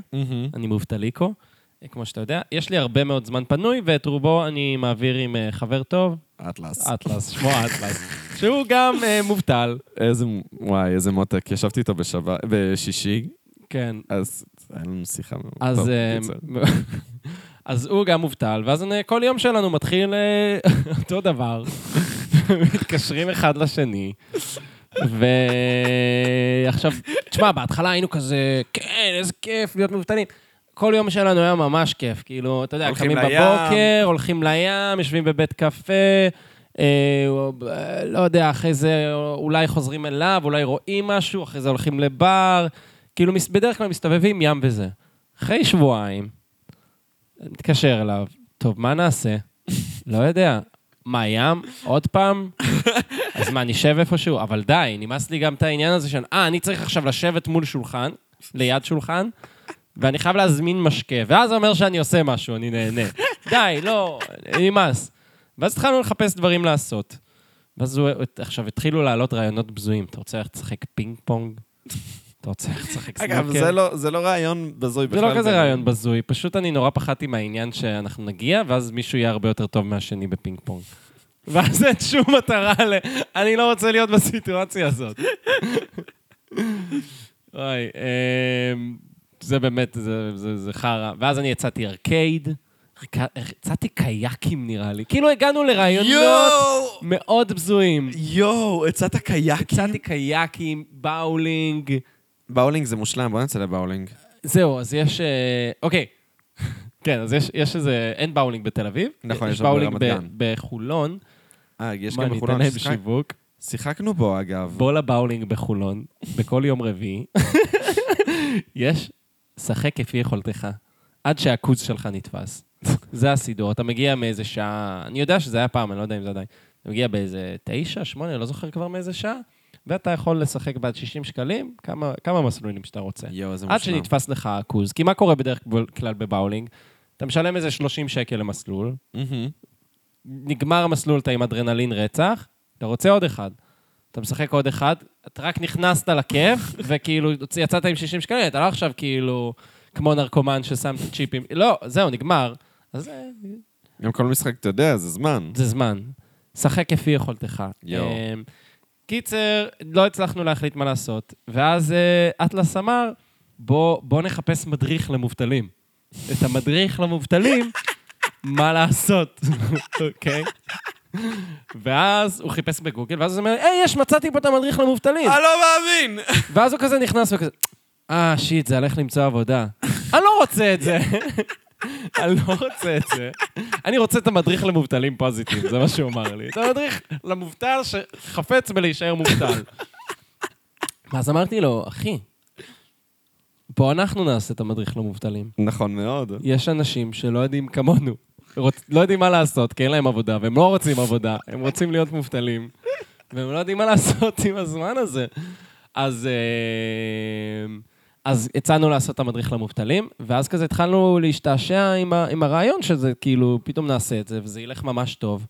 S2: אני מובטליקו, אה, כמו שאתה יודע. יש לי הרבה מאוד זמן פנוי, ואת רובו אני מעביר עם אה, חבר טוב,
S1: אטלס.
S2: אטלס, שמו אטלס, שהוא גם אה, מובטל.
S1: איזה, וואי, איזה מותק. ישבתי איתו בשבת, בשישי,
S2: כן.
S1: אז היה לנו שיחה מאוד
S2: אז, אה, *laughs* אז הוא גם מובטל, ואז אני- כל יום שלנו מתחיל אה, *laughs* אותו דבר. מתקשרים אחד לשני. ועכשיו, תשמע, בהתחלה היינו כזה, כן, איזה כיף להיות מובטלים. כל יום שלנו היה ממש כיף, כאילו, אתה יודע,
S1: הולכים
S2: קמים
S1: לים.
S2: בבוקר, הולכים לים, יושבים בבית קפה, אה, או- אה, לא יודע, אחרי זה אולי חוזרים אליו, אולי רואים משהו, אחרי זה הולכים לבר, כאילו, מס- בדרך כלל מסתובבים ים וזה. אחרי שבועיים, אני מתקשר אליו, טוב, מה נעשה? לא יודע. מה, ים? עוד פעם? אז מה, נשב איפשהו? אבל די, נמאס לי גם את העניין הזה של, אה, אני צריך עכשיו לשבת מול שולחן, ליד שולחן, ואני חייב להזמין משקה, ואז זה אומר שאני עושה משהו, אני נהנה. די, לא, נמאס. ואז התחלנו לחפש דברים לעשות. ואז הוא, עכשיו התחילו לעלות רעיונות בזויים. אתה רוצה ללכת לשחק פינג פונג? אתה רוצה ללכת לשחק סנוקר?
S1: אגב, זה לא- זה לא רעיון בזוי
S2: אוקיי. זה
S1: בכלל.
S2: לא כזה רעיון בזוי, פשוט אני נורא פחדתי מהעניין שאנחנו נגיע, ואז מישהו יהיה הרבה יותר טוב מהשני בפינג פונג. *laughs* ואז אין שום מטרה ל... אני לא רוצה להיות בסיטואציה הזאת. *laughs* וואי, אמ, זה באמת, זה- זה זה חרא. ואז אני יצאתי ארקייד, הרק- יצאתי קייקים נראה לי. כאילו הגענו לרעיונות
S1: יואו!
S2: מאוד בזויים.
S1: יואו, הצעת קייקים?
S2: יצאתי קייקים, באולינג.
S1: באולינג זה מושלם, בוא נצא לבאולינג.
S2: זהו, אז יש... אה, אוקיי. *laughs* כן, אז יש, יש איזה... אין באולינג בתל אביב.
S1: נכון, יש
S2: יש
S1: רק
S2: באולינג
S1: ברמת
S2: ב-
S1: גן.
S2: בחולון.
S1: אה, יש
S2: מה,
S1: גם
S2: אני
S1: בחולון.
S2: אתן להם
S1: שיחק-
S2: שיווק.
S1: שיחקנו בו, אגב.
S2: בוא לבאולינג בחולון, בכל יום רביעי. *laughs* יש, שחק כפי יכולתך, עד שהקוץ שלך
S1: *laughs*
S2: נתפס. זה הסידור, אתה מגיע מאיזה שעה, אני יודע שזה היה פעם, אני לא יודע אם זה עדיין. אתה מגיע באיזה תשע, שמונה, אני לא זוכר כבר מאיזה שעה, ואתה יכול לשחק בעד 60 שקלים, כמה, כמה מסלולים שאתה רוצה.
S1: יואו, איזה
S2: עד
S1: מושלם.
S2: שנתפס לך העכוז. כי מה קורה בדרך כלל בבאולינג? אתה משלם איזה 30 שקל למסלול,
S1: מהמם.
S2: נגמר המסלול, אתה עם אדרנלין רצח, אתה רוצה עוד אחד. אתה משחק עוד אחד, אתה רק נכנסת לכיף, *laughs* וכאילו יצאת עם 60 שקלים, אתה לא עכשיו כאילו כמו נרקומן ששם את הצ'יפים. לא, זהו, נגמר. אז אה,
S1: גם כל משחק, אתה יודע, זה זמן.
S2: זה זמן. שחק כפי יכולתך.
S1: יואו.
S2: אמ, קיצר, לא הצלחנו להחליט מה לעשות, ואז אה, אטלס אמר, בוא, בוא נחפש מדריך למובטלים. את המדריך למובטלים, מה לעשות, *laughs* אוקיי? ואז הוא חיפש בגוגל, ואז הוא אומר, היי, יש, מצאתי פה את המדריך למובטלים.
S1: אני לא מאמין!
S2: ואז הוא כזה נכנס וכזה, אה, שיט, זה הלך למצוא עבודה. אני לא רוצה את זה. אני לא רוצה את זה. אני רוצה את המדריך למובטלים פוזיטיב, זה מה שהוא אמר לי. את המדריך למובטל שחפץ בלהישאר מובטל. *laughs* ואז אמרתי לו, אחי, בוא אנחנו נעשה את המדריך למובטלים.
S1: נכון מאוד.
S2: יש אנשים שלא יודעים כמונו, רוצ... לא יודעים מה לעשות, כי אין להם עבודה, והם לא רוצים עבודה, הם רוצים להיות מובטלים, והם לא יודעים מה לעשות עם הזמן הזה. אז, אה, אז הצענו לעשות את המדריך למובטלים, ואז כזה התחלנו להשתעשע עם, ה, עם הרעיון שזה, כאילו, פתאום נעשה את זה, וזה ילך ממש טוב,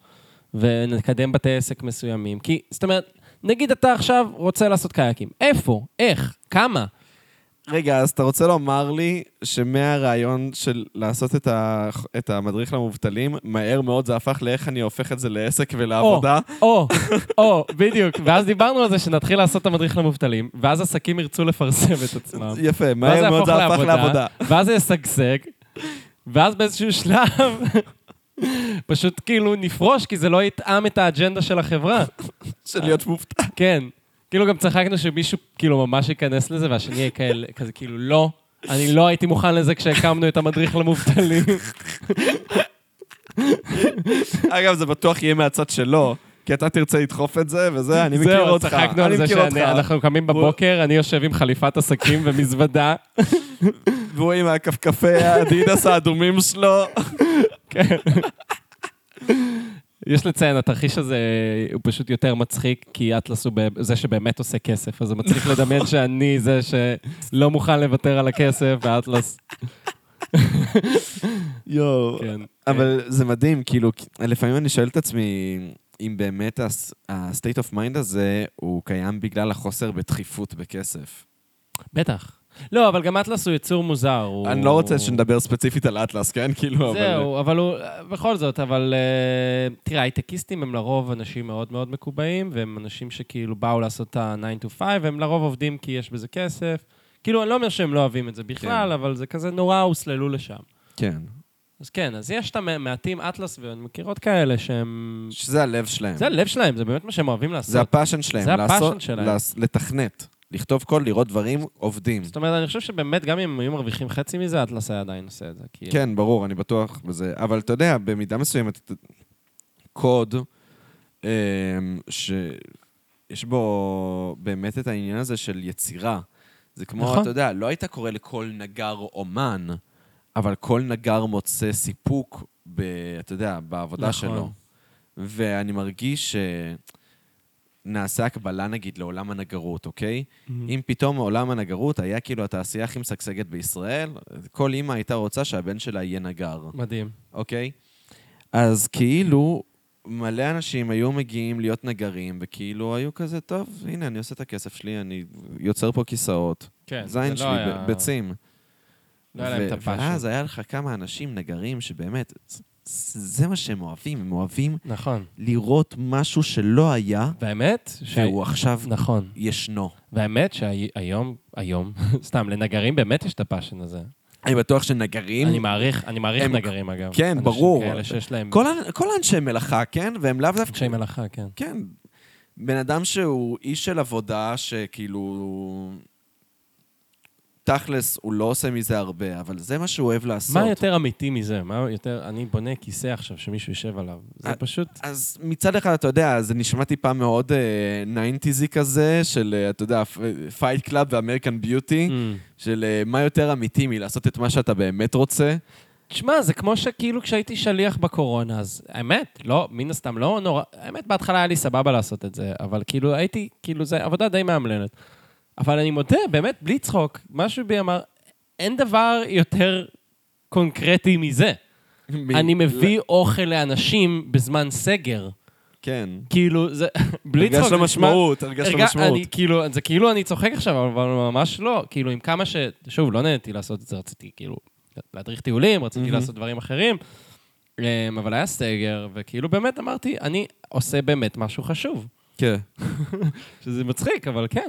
S2: ונקדם בתי עסק מסוימים. כי, זאת אומרת, נגיד אתה עכשיו רוצה לעשות קייקים. איפה? איך? כמה?
S1: רגע, אז אתה רוצה לומר לי שמהרעיון של לעשות את, ה... את המדריך למובטלים, מהר מאוד זה הפך לאיך אני הופך את זה לעסק ולעבודה?
S2: או, או, בדיוק. ואז דיברנו על זה שנתחיל לעשות את המדריך למובטלים, ואז עסקים ירצו לפרסם את עצמם.
S1: יפה,
S2: ואז
S1: מהר מאוד זה הפך לעבודה.
S2: ואז זה ישגשג, ואז באיזשהו שלב, פשוט כאילו נפרוש, כי זה לא יתאם את האג'נדה של החברה.
S1: של להיות מובטל.
S2: כן. כאילו גם צחקנו שמישהו כאילו ממש ייכנס לזה, והשני יהיה כאלה- כזה כאילו, לא, אני לא הייתי מוכן לזה כשהקמנו את המדריך למובטלים.
S1: אגב, זה בטוח יהיה מהצד שלו, כי אתה תרצה לדחוף את זה, וזה, *laughs* אני מכיר
S2: זהו,
S1: אותך.
S2: צחקנו על
S1: אני
S2: זה
S1: מכיר אותך.
S2: שאנחנו קמים בבוקר, אני יושב עם חליפת עסקים ומזוודה,
S1: והוא עם הכפכפי האדידס האדומים שלו.
S2: כן. יש לציין, התרחיש הזה הוא פשוט יותר מצחיק, כי אטלס הוא ב- זה שבאמת עושה כסף, אז זה
S1: נכון.
S2: מצחיק לדמיין שאני זה שלא מוכן לוותר על הכסף, ואטלס,
S1: יואו.
S2: כן.
S1: אבל זה מדהים, כאילו, לפעמים אני שואל את עצמי אם באמת הס- ה-state of mind הזה הוא קיים בגלל החוסר בדחיפות בכסף.
S2: בטח. לא, אבל גם אטלס הוא יצור מוזר. הוא-
S1: אני לא רוצה שנדבר ספציפית על אטלס, כן? כאילו, אבל...
S2: זהו, אבל הוא, בכל זאת, אבל אה, תראה, הייטקיסטים הם לרוב אנשים מאוד מאוד מקובעים, והם אנשים שכאילו באו לעשות את ה-9 to 5, והם לרוב עובדים כי יש בזה כסף. כאילו, אני לא אומר שהם לא אוהבים את זה בכלל,
S1: כן.
S2: אבל זה כזה נורא הוסללו לשם.
S1: כן.
S2: אז כן, אז יש את המעטים אטלס ואני מכיר עוד כאלה שהם...
S1: שזה הלב שלהם.
S2: זה הלב שלהם, זה באמת מה שהם אוהבים לעשות.
S1: זה הפאשן שלהם.
S2: זה הפאשן
S1: לעשות-
S2: שלהם.
S1: לעס- לתכנת. לכתוב קוד, לראות דברים, עובדים.
S2: זאת אומרת, אני חושב שבאמת, גם אם הם היו מרוויחים חצי מזה, אטלס היה עדיין עושה את זה. כאילו.
S1: כן, ברור, אני בטוח בזה. אבל אתה יודע, במידה מסוימת, אתה- קוד, אמ, שיש בו באמת את העניין הזה של יצירה. זה כמו,
S2: נכון.
S1: אתה יודע, לא היית קורא לכל נגר אומן, אבל כל נגר מוצא סיפוק, ב, אתה יודע, בעבודה
S2: נכון.
S1: שלו. ואני מרגיש שנעשה הקבלה, נגיד, לעולם הנגרות, אוקיי? אם פתאום עולם הנגרות היה כאילו התעשייה הכי משגשגת בישראל, כל אימא הייתה רוצה שהבן שלה יהיה נגר,
S2: מדהים.
S1: אוקיי? אז כאילו, מלא אנשים היו מגיעים להיות נגרים, וכאילו היו כזה, טוב, הנה, אני עושה את הכסף שלי, אני יוצר פה כיסאות.
S2: כן, זה
S1: זין
S2: לא
S1: שלי,
S2: היה-
S1: ב- ביצים.
S2: לא היה להם את
S1: ו-
S2: הפאשן.
S1: ואז היה לך כמה אנשים נגרים שבאמת, זה- זה מה שהם אוהבים, הם אוהבים
S2: נכון.
S1: לראות משהו שלא היה,
S2: והאמת, ש...
S1: שהוא עכשיו
S2: נכון.
S1: ישנו.
S2: והאמת שהיום, היום, *laughs* סתם, לנגרים באמת יש את הפאשן הזה.
S1: אני בטוח שנגרים...
S2: אני מעריך, אני מעריך
S1: הם-
S2: נגרים, אגב.
S1: כן, ברור.
S2: אנשים כאלה שיש להם
S1: כל, האנ- כל האנשי מלאכה, כן? והם לאו דווקא...
S2: קשי מלאכה, כן.
S1: כן. בן אדם שהוא איש של עבודה, שכאילו... תכלס, הוא לא עושה מזה הרבה, אבל זה מה שהוא אוהב לעשות.
S2: מה יותר אמיתי מזה? מה יותר... אני בונה כיסא עכשיו שמישהו יושב עליו. זה
S1: אה,
S2: פשוט...
S1: אז מצד אחד, אתה יודע, זה נשמע טיפה מאוד אה, ניינטיזי כזה, של, אה, אתה יודע, פייט קלאב ואמריקן ביוטי,
S2: Mm.
S1: של אה, מה יותר אמיתי מלעשות את מה שאתה באמת רוצה.
S2: תשמע, זה כמו שכאילו כשהייתי שליח בקורונה, אז האמת, לא, מן הסתם, לא נורא... האמת, בהתחלה היה לי סבבה לעשות את זה, אבל כאילו הייתי, כאילו, זה עבודה די מאמלנת. אבל אני מודה, באמת, בלי צחוק, משהו בי אמר, אין דבר יותר קונקרטי מזה.
S1: מ-
S2: אני מביא אוכל לאנשים בזמן סגר.
S1: כן.
S2: כאילו, זה... *laughs* בלי צחוק.
S1: הרגש לו
S2: זה נשמע-
S1: משמעות, הרגש לו
S2: הרגע-
S1: משמעות.
S2: אני, כאילו, זה כאילו אני צוחק עכשיו, אבל ממש לא. כאילו, עם כמה ש... שוב, לא נהניתי לעשות את זה, רציתי כאילו להדריך טיולים, רציתי
S1: מהמם.
S2: לעשות דברים אחרים, אמ, אבל היה סגר, וכאילו באמת אמרתי, אני עושה באמת משהו חשוב.
S1: כן.
S2: שזה מצחיק, אבל כן.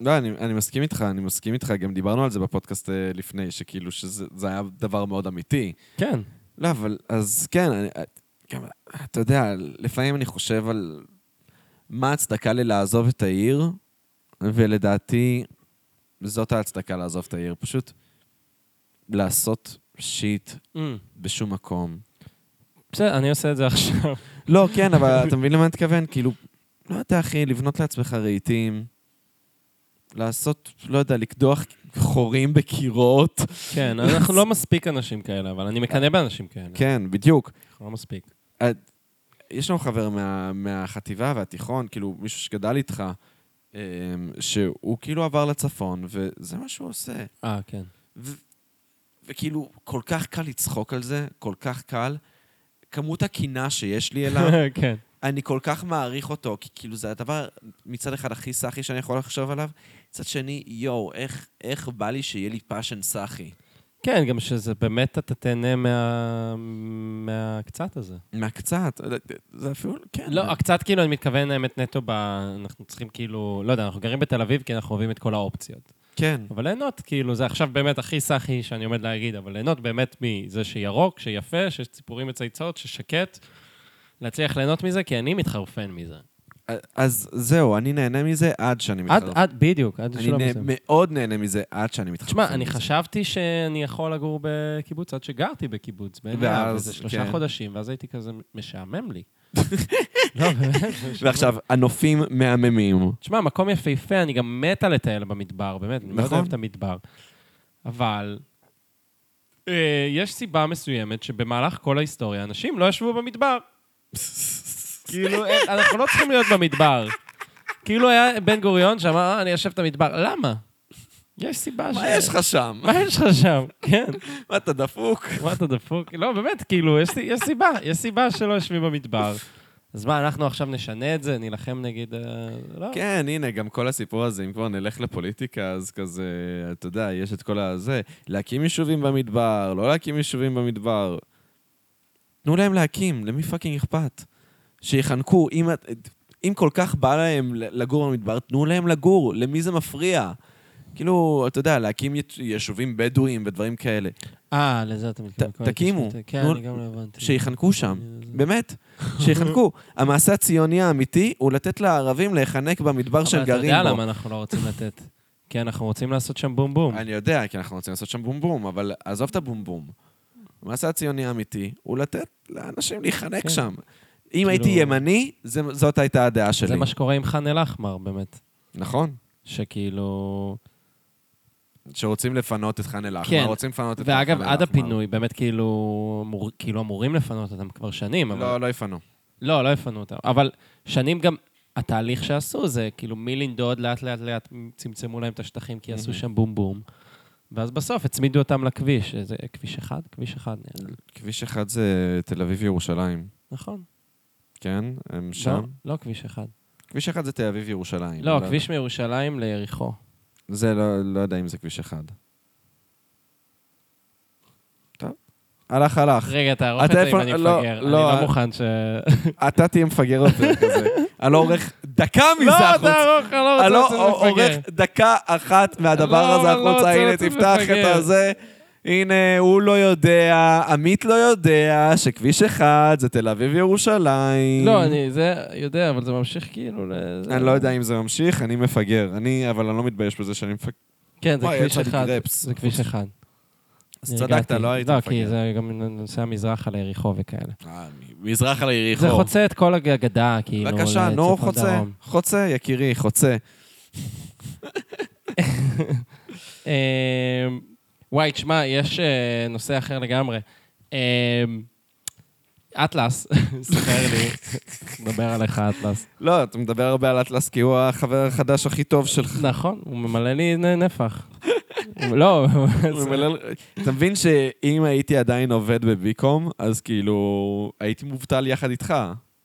S1: לא, אני, אני מסכים איתך, אני מסכים איתך. גם דיברנו על זה בפודקאסט אה, לפני, שכאילו, שזה זה היה דבר מאוד אמיתי.
S2: כן.
S1: לא, אבל, אז כן, אני, גם, אתה יודע, לפעמים אני חושב על מה ההצדקה ללעזוב את העיר, ולדעתי, זאת ההצדקה לעזוב את העיר. פשוט לעשות שיט
S2: Mm.
S1: בשום מקום.
S2: בסדר, אני עושה את זה עכשיו.
S1: לא, כן, אבל אתה מבין למה אני מתכוון? כאילו, לא יודע, אחי, לבנות לעצמך רהיטים, לעשות, לא יודע, לקדוח חורים בקירות.
S2: כן, *laughs* אה. אנחנו לא מספיק אנשים כאלה, אבל אני מקנא באנשים כאלה.
S1: כן, בדיוק.
S2: אנחנו לא מספיק.
S1: יש לנו חבר מה, מהחטיבה והתיכון, כאילו, מישהו שגדל איתך, אמ, שהוא כאילו עבר לצפון, וזה מה שהוא עושה.
S2: אה, כן.
S1: ו- וכאילו, כל כך קל לצחוק על זה, כל כך קל. כמות הקינה שיש לי אליו,
S2: *laughs* כן.
S1: אני כל כך מעריך אותו, כי כאילו זה הדבר מצד אחד הכי סאחי שאני יכול לחשוב עליו, מצד שני, יואו, איך, איך בא לי שיהיה לי פאשן סאחי?
S2: כן, גם שזה באמת, אתה תהנה מה... מהקצת הזה.
S1: מהקצת, אה, זה אפילו, כן.
S2: לא, הקצת כאילו, אני מתכוון, האמת, נטו, ב... אנחנו צריכים כאילו, לא יודע, אנחנו גרים בתל אביב כי אנחנו אוהבים את כל האופציות.
S1: כן.
S2: אבל ליהנות, כאילו, זה עכשיו באמת הכי סאחי שאני עומד להגיד, אבל ליהנות באמת מזה שירוק, שיפה, שיש ציפורים מצייצות, ששקט, להצליח ליהנות מזה, כי אני מתחרפן מזה.
S1: אז זהו, אני נהנה מזה עד שאני
S2: עד,
S1: מתחרפן.
S2: עד, בדיוק, עד
S1: אני
S2: שלב
S1: נה-
S2: מסוים.
S1: מאוד נהנה מזה עד שאני מתחרפן.
S2: תשמע, אני
S1: מזה.
S2: חשבתי שאני יכול לגור בקיבוץ עד שגרתי בקיבוץ, בעיניו,
S1: ואז,
S2: איזה שלושה
S1: כן.
S2: חודשים, ואז הייתי כזה משעמם
S1: *laughs*
S2: לי. לא, באמת. משעמם.
S1: ועכשיו, הנופים מהממים.
S2: תשמע, מקום יפהפה, אני גם מתה לטייל במדבר, באמת, אני מאוד
S1: נכון.
S2: אוהב את המדבר. אבל אה, יש סיבה מסוימת שבמהלך כל ההיסטוריה אנשים לא ישבו במדבר. כאילו, אין- אנחנו לא צריכים להיות במדבר. כאילו היה בן גוריון שאמר, "אה, אני יושב את המדבר. למה? יש סיבה ש...
S1: מה יש לך שם?
S2: מה יש לך שם? כן.
S1: מה, אתה דפוק?
S2: מה אתה דפוק? לא, באמת, כאילו, יש, לי- יש סיבה, יש סיבה שלא יושבים במדבר. אז מה, אנחנו עכשיו נשנה את זה? נילחם נגד... אה, לא.
S1: כן, הנה, גם כל הסיפור הזה, אם כבר נלך לפוליטיקה, אז כזה, אתה יודע, יש את כל הזה, להקים יישובים במדבר, לא להקים יישובים במדבר. תנו להם להקים, למי פאקינג אכפת? שיחנקו, אם, את- אם כל כך בא להם ל- לגור במדבר, תנו להם לגור, למי זה מפריע? כאילו, אתה יודע, להקים ית- יישובים בדואים ודברים כאלה.
S2: אה, לזה אתה מתכוון.
S1: ת-
S2: כל
S1: תקימו.
S2: ההתיישבות. כן,
S1: נו,
S2: אני גם לא הבנתי.
S1: שיחנקו שם,
S2: אני- לא זה-
S1: באמת,
S2: *laughs*
S1: שיחנקו. המעשה הציוני האמיתי הוא לתת לערבים להיחנק במדבר שהם
S2: אבל אתה
S1: גרים
S2: יודע
S1: בו.
S2: למה אנחנו לא רוצים לתת? כי אנחנו רוצים לעשות שם בום בום.
S1: אני יודע, כי אנחנו רוצים לעשות שם בום בום, אבל עזוב את הבום בום. המעשה הציוני האמיתי הוא לתת לאנשים להיחנק
S2: כן.
S1: שם. אם הייתי
S2: כאילו-
S1: ימני, זה- זאת הייתה הדעה שלי.
S2: זה מה שקורה עם חאן אל-אחמר, באמת.
S1: נכון.
S2: שכאילו...
S1: שרוצים לפנות את ח'אן אל-אחמר,
S2: כן.
S1: רוצים לפנות את ח'אן אל-אחמר.
S2: ואגב, עד הפינוי, באמת כאילו אמור- כאילו אמורים לפנות אותם כבר שנים, אבל...
S1: לא, לא יפנו.
S2: לא, לא יפנו אותם. אבל שנים גם, התהליך שעשו זה כאילו מלנדוד, לאט לאט לאט צמצמו להם את השטחים, כי עשו
S1: Mhm.
S2: שם בום בום. ואז בסוף הצמידו אותם לכביש. איזה- כביש אחד? כביש אחד. נראה
S1: כן.
S2: לי.
S1: כביש אחד זה תל אביב-ירושלים,
S2: נכון.
S1: כן? הם שם.
S2: לא, לא כביש אחד.
S1: כביש אחד זה תל אביב-ירושלים.
S2: לא, כביש מירושלים ליריחו.
S1: זה, לא- לא יודע אם זה כביש אחד. טוב. הלך, הלך.
S2: רגע, תערוך את זה אם
S1: הטלפון-
S2: אני
S1: לא,
S2: מפגר.
S1: לא,
S2: אני לא
S1: אה,
S2: מוכן ש...
S1: אתה תהיה מפגר בפרק הזה. אני לא עורך דקה מזה
S2: לא,
S1: החוצה.
S2: תערוך, אני לא
S1: אני
S2: רוצה
S1: לא
S2: לצאת
S1: עורך
S2: מפגר.
S1: דקה אחת
S2: לא,
S1: מהדבר הזה
S2: אבל לא
S1: החוצה.
S2: רוצה
S1: הנה,
S2: לצאת
S1: תפתח
S2: מפגר.
S1: את הזה. הנה, הוא לא יודע, עמית לא יודע שכביש אחד זה תל אביב-ירושלים.
S2: לא, אני זה יודע, אבל זה ממשיך כאילו ל...
S1: אני לא יודע אם זה ממשיך, אני מפגר. אני, אבל אני לא מתבייש בזה שאני מפגר.
S2: כן, זה
S1: וואי,
S2: כביש
S1: יצא לי
S2: אחד.
S1: גרפס. אוקיי.
S2: זה כביש אחד.
S1: אז צדקת,
S2: נרגעתי.
S1: לא היית
S2: לא, כי
S1: מפגר.
S2: זה גם נוסע מזרחה ליריחו וכאלה.
S1: אה, מזרח על היריחו.
S2: זה חוצה את כל הגדה, כאילו.
S1: בבקשה, נו,
S2: לצפון
S1: חוצה.
S2: דרום.
S1: חוצה, יקירי, חוצה.
S2: אמ, וואי, תשמע, יש אה, נושא אחר לגמרי. אמ, אטלס, *laughs* ספר לי, נדבר עליך, אטלס.
S1: לא, אתה מדבר הרבה על אטלס, כי הוא החבר החדש הכי טוב שלך.
S2: נכון, הוא ממלא לי נ- נפח. *laughs* הוא- לא,
S1: הוא מלל- אתה מבין שאם הייתי עדיין עובד בביקום, אז כאילו הייתי מובטל יחד איתך.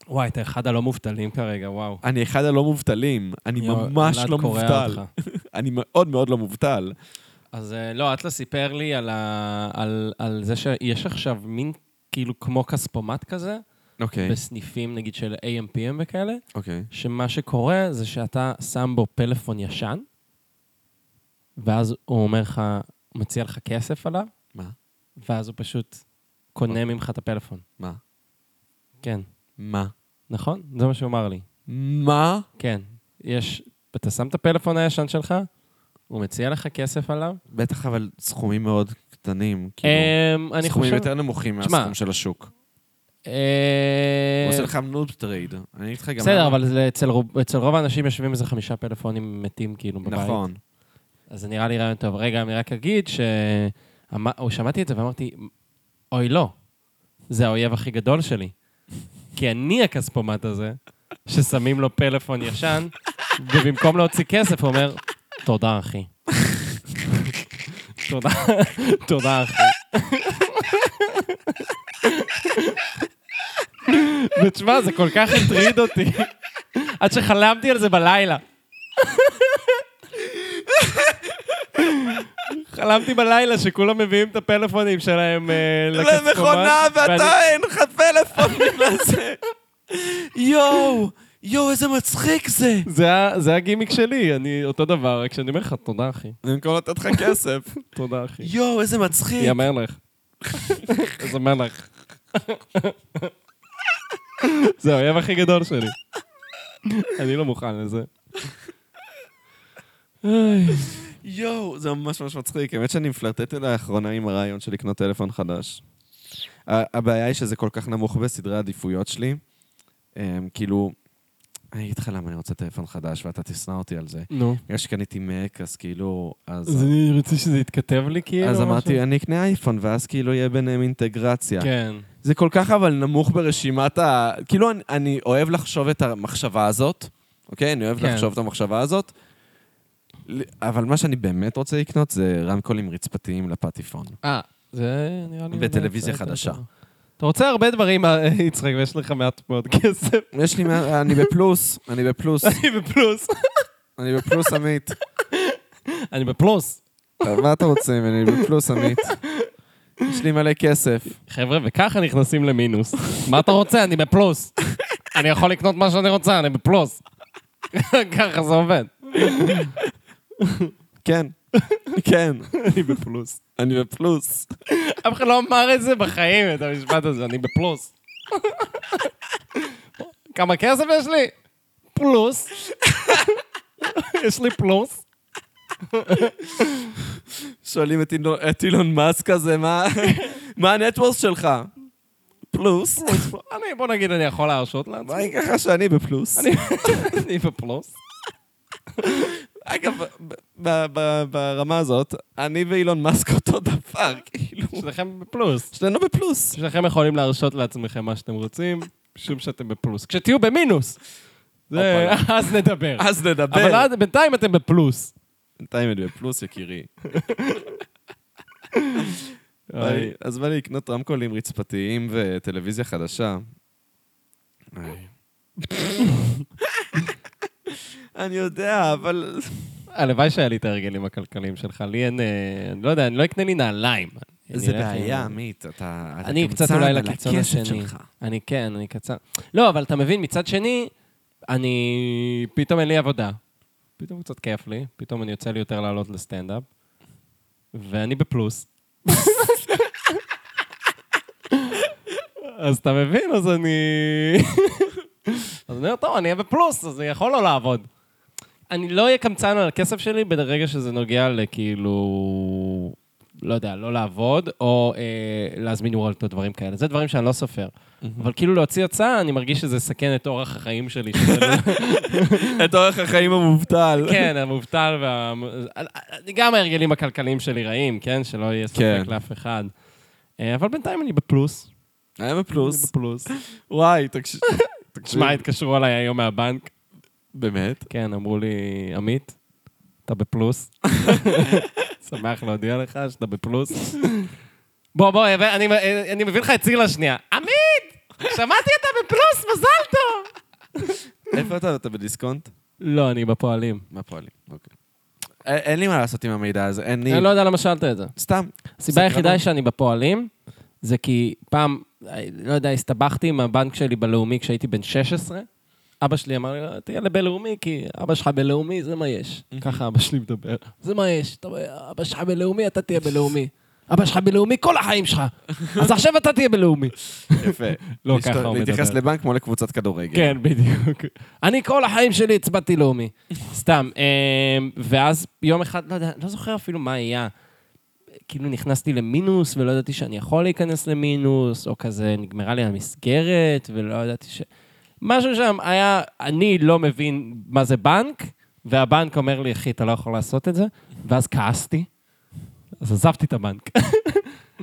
S2: וואי, אתה אחד הלא מובטלים כרגע, וואו.
S1: אני אחד הלא מובטלים, אני
S2: יואו,
S1: ממש
S2: אלעד
S1: לא
S2: קורע
S1: מובטל.
S2: אותך.
S1: אני מאוד מאוד לא מובטל.
S2: אז אה, לא, אטלס סיפר לי על, ה... על, על זה שיש עכשיו מין כאילו כמו כספומט כזה,
S1: אוקיי,
S2: בסניפים נגיד של AMPM וכאלה,
S1: אוקיי.
S2: שמה שקורה זה שאתה שם בו פלאפון ישן, ואז הוא אומר לך, הוא מציע לך כסף עליו,
S1: מה?
S2: ואז הוא פשוט קונה ממך את הפלאפון.
S1: מה?
S2: כן,
S1: מה?
S2: נכון? זה מה שהוא אמר לי.
S1: מה?
S2: כן, יש, אתה שם את הפלאפון הישן שלך, הוא מציע לך כסף עליו.
S1: בטח אבל סכומים מאוד קטנים, כאילו.
S2: אמ, אני
S1: סכומים
S2: חושב...
S1: יותר נמוכים
S2: תשמע,
S1: מהסכום של השוק.
S2: אה,
S1: הוא עושה לך נוב טרייד. אני אגיד לך גם...
S2: בסדר,
S1: למה.
S2: אבל זה- אצל רוב- אצל רוב האנשים יושבים איזה חמישה פלאפונים מתים כאילו בבית.
S1: נכון.
S2: אז זה נראה לי רעיון טוב. רגע, אני רק אגיד ש... אמ- או שמעתי את זה ואמרתי, אוי לא, זה האויב הכי גדול שלי. כי אני הכספומט הזה, ששמים לו פלאפון ישן, ובמקום להוציא כסף, הוא אומר, תודה, אחי. תודה, תודה, אחי. ותשמע, זה כל כך הטריד אותי, עד שחלמתי על זה בלילה. חלמתי בלילה שכולם מביאים את הפלאפונים שלהם אה, לכספומט.
S1: למכונה,
S2: ואני-
S1: ואתה אין לך פלאפון בגלל זה. יואו, יואו, איזה מצחיק זה.
S2: זה ה- זה הגימיק שלי, אני אותו דבר, רק שאני אומר לך, תודה, אחי.
S1: במקום לתת לך
S2: *laughs*
S1: כסף.
S2: תודה, אחי.
S1: יואו, איזה מצחיק.
S2: יאמר לך. איזה מלך. זה האויב הכי גדול שלי. אני לא מוכן לזה. איי.
S1: יואו, זה ממש ממש מצחיק. האמת שאני מפלרטט אליה לאחרונה עם הרעיון של לקנות טלפון חדש. ה- הבעיה היא שזה כל כך נמוך בסדרי העדיפויות שלי. אמ, כאילו, אני אגיד לך למה אני רוצה טלפון חדש, ואתה תשנא אותי על זה.
S2: נו.
S1: בגלל שקניתי מק, אז כאילו,
S2: אז
S1: אז...
S2: אני רוצה שזה יתכתב לי כאילו.
S1: אז
S2: משהו.
S1: אמרתי, אני אקנה אייפון, ואז כאילו יהיה ביניהם אינטגרציה.
S2: כן.
S1: זה כל כך אבל נמוך ברשימת ה... כאילו, אני, אני אוהב לחשוב את המחשבה הזאת, אוקיי? אני אוהב
S2: כן.
S1: כן. לחשוב את המחשבה הזאת, ל- אבל מה שאני באמת רוצה לקנות זה רמקולים רצפתיים לפטיפון.
S2: אה, זה נראה לי...
S1: בטלוויזיה
S2: באמת,
S1: חדשה.
S2: בסדר. אתה רוצה הרבה דברים, אה, יצחק, ויש לך מעט מאוד כסף. *laughs*
S1: יש לי... מה- אני בפלוס, אני בפלוס,
S2: אני בפלוס.
S1: אני בפלוס עמית.
S2: אני בפלוס.
S1: מה אתה רוצה ממני? אני בפלוס עמית. יש לי מלא כסף.
S2: חבר'ה, וככה נכנסים למינוס. מה אתה רוצה? אני בפלוס. אני יכול לקנות מה שאני רוצה, אני בפלוס. *laughs* ככה זה עובד.
S1: כן, כן,
S2: אני בפלוס.
S1: אני בפלוס.
S2: אף אחד לא אמר את זה בחיים, את המשפט הזה, אני בפלוס. כמה כסף יש לי? פלוס. יש לי פלוס.
S1: שואלים את אילון- את אילון מאסק כזה, מה מה הנטוורס שלך? פלוס.
S2: אני, בוא נגיד, אני יכול להרשות
S1: מה
S2: לעצמי.
S1: אני ככה שאני בפלוס?
S2: אני- *laughs* אני בפלוס.
S1: אגב, ב- ב- ב- ברמה הזאת, אני ואילון מאסק אותו דבר, כאילו.
S2: שניכם בפלוס.
S1: שנינו בפלוס.
S2: שניכם יכולים להרשות לעצמכם מה שאתם רוצים, משום שאתם בפלוס. כשתהיו במינוס, זה- *laughs* אז נדבר.
S1: אז נדבר.
S2: אבל עד- בינתיים אתם בפלוס.
S1: לא בינתיים אני בפלוס, יקירי.
S2: אוי.
S1: אז בא לי לקנות רמקולים רצפתיים וטלוויזיה חדשה. איי. *laughs* אני יודע, אבל...
S2: הלוואי שהיה לי את ההרגלים הכלכליים שלך, לי אין... אה, אני לא יודע, אני לא אקנה לי נעליים. אני
S1: זה
S2: אלך עם-
S1: בעיה, עמית. אתה אתה
S2: אני קצת
S1: קמצן
S2: אולי
S1: על
S2: לקיצון
S1: הכסף
S2: השני.
S1: שלך.
S2: אני כן, אני קצר. לא, אבל אתה מבין, מצד שני, אני... פתאום אין לי עבודה. פתאום קצת כיף לי, פתאום אני יוצא לי יותר לעלות לסטנדאפ, ואני בפלוס. אז אתה מבין, אז אני... אז אני אומר, טוב, אני אהיה בפלוס, אז אני יכול לא לעבוד. אני לא אהיה קמצן על הכסף שלי ברגע שזה נוגע לכאילו, לא יודע, לא לעבוד, או אה, להזמין וולט או דברים כאלה. זה דברים שאני לא סופר. אבל כאילו להוציא הוצאה, אני מרגיש שזה יסכן את אורח החיים שלי. שזה לא-
S1: את אורך החיים המובטל. *laughs*
S2: כן, המובטל וה... גם ההרגלים הכלכליים שלי רעים, כן? שלא יהיה ספק
S1: כן.
S2: לאף אחד. אה, אבל בינתיים אני בפלוס.
S1: היה
S2: אני
S1: בפלוס.
S2: בפלוס.
S1: וואי, תקשיב.
S2: תשמע, התקשרו אליי היום מהבנק.
S1: *laughs* באמת?
S2: כן, אמרו לי, עמית, אתה בפלוס. *laughs* שמח להודיע לך שאתה בפלוס. *laughs* בוא, בוא, אני, אני מביא לך את סילה שנייה. עמית! שמעתי אתה בפלוס, מזל טוב!
S1: איפה אתה? אתה בדיסקונט?
S2: לא, אני בפועלים.
S1: מהפועלים, אוקיי. אה, אין לי מה לעשות עם המידע הזה, אין לי...
S2: אני לא יודע למה שאלת את זה.
S1: סתם.
S2: הסיבה היחידה
S1: סקרנות.
S2: היא שאני בפועלים, זה כי פעם, אה, לא יודע, הסתבכתי עם הבנק שלי בלאומי כשהייתי בן 16. אבא שלי אמר לי, תהיה לבינלאומי, כי אבא שלך בלאומי, זה מה יש. ככה אבא שלי מדבר. זה מה יש. אתה- אבא שלך בלאומי, אתה תהיה בלאומי. אבא שלך בלאומי כל החיים שלך. אז עכשיו אתה תהיה בלאומי.
S1: יפה.
S2: *laughs* לא,
S1: להשת-
S2: ככה הוא
S1: להתייחס
S2: מדבר.
S1: לבנק כמו לקבוצת כדורגל.
S2: כן, בדיוק. אני כל החיים שלי הצבעתי לאומי. סתם. אמ, ואז יום אחד, לא יודע, לא זוכר אפילו מה היה. כאילו נכנסתי למינוס, ולא ידעתי שאני יכול להיכנס למינוס, או כזה נגמרה לי המסגרת, ולא ידעתי ש... משהו שם היה, אני לא מבין מה זה בנק, והבנק אומר לי, אחי, אתה לא יכול לעשות את זה, ואז כעסתי, אז עזבתי את *laughs* הבנק.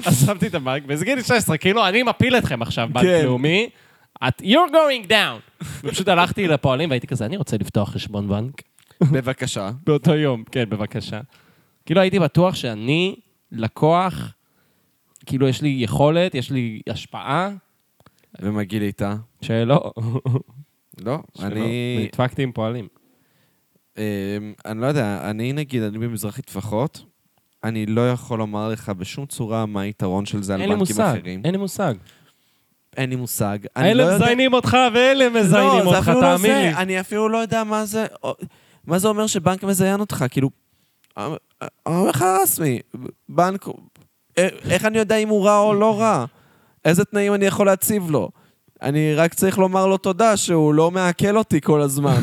S2: עזבתי את הבנק, וזה גיל 16, כאילו, אני מפיל אתכם עכשיו, בנק
S1: כן.
S2: לאומי, את, you're going down. *laughs* ופשוט הלכתי לפועלים והייתי כזה, אני רוצה לפתוח חשבון בנק.
S1: *laughs* בבקשה.
S2: באותו יום, כן, בבקשה. כאילו הייתי בטוח שאני לקוח, כאילו יש לי יכולת, יש לי השפעה,
S1: ומגעיל איתה.
S2: שלא.
S1: לא, אני...
S2: נדפקתי עם פועלים.
S1: אמ, אני לא יודע, אני נגיד, אני במזרחי טפחות, אני לא יכול לומר לך בשום צורה מה היתרון של זה על
S2: אין לי
S1: בנקים
S2: מושג,
S1: אחרים.
S2: אין לי מושג.
S1: אין לי מושג. אני לא
S2: אלה
S1: יודע...
S2: מזיינים אותך ואלה מזיינים
S1: לא, זה
S2: אותך,
S1: אפילו לא
S2: תאמין לי.
S1: זה. אני אפילו לא יודע מה זה... מה זה אומר שבנק מזיין אותך? כאילו... אני אומר לך רסמי, בנק... אה, איך אני יודע אם הוא רע או לא רע? איזה תנאים אני יכול להציב לו? אני רק צריך לומר לו תודה שהוא לא מעכל אותי כל
S2: *laughs*
S1: הזמן.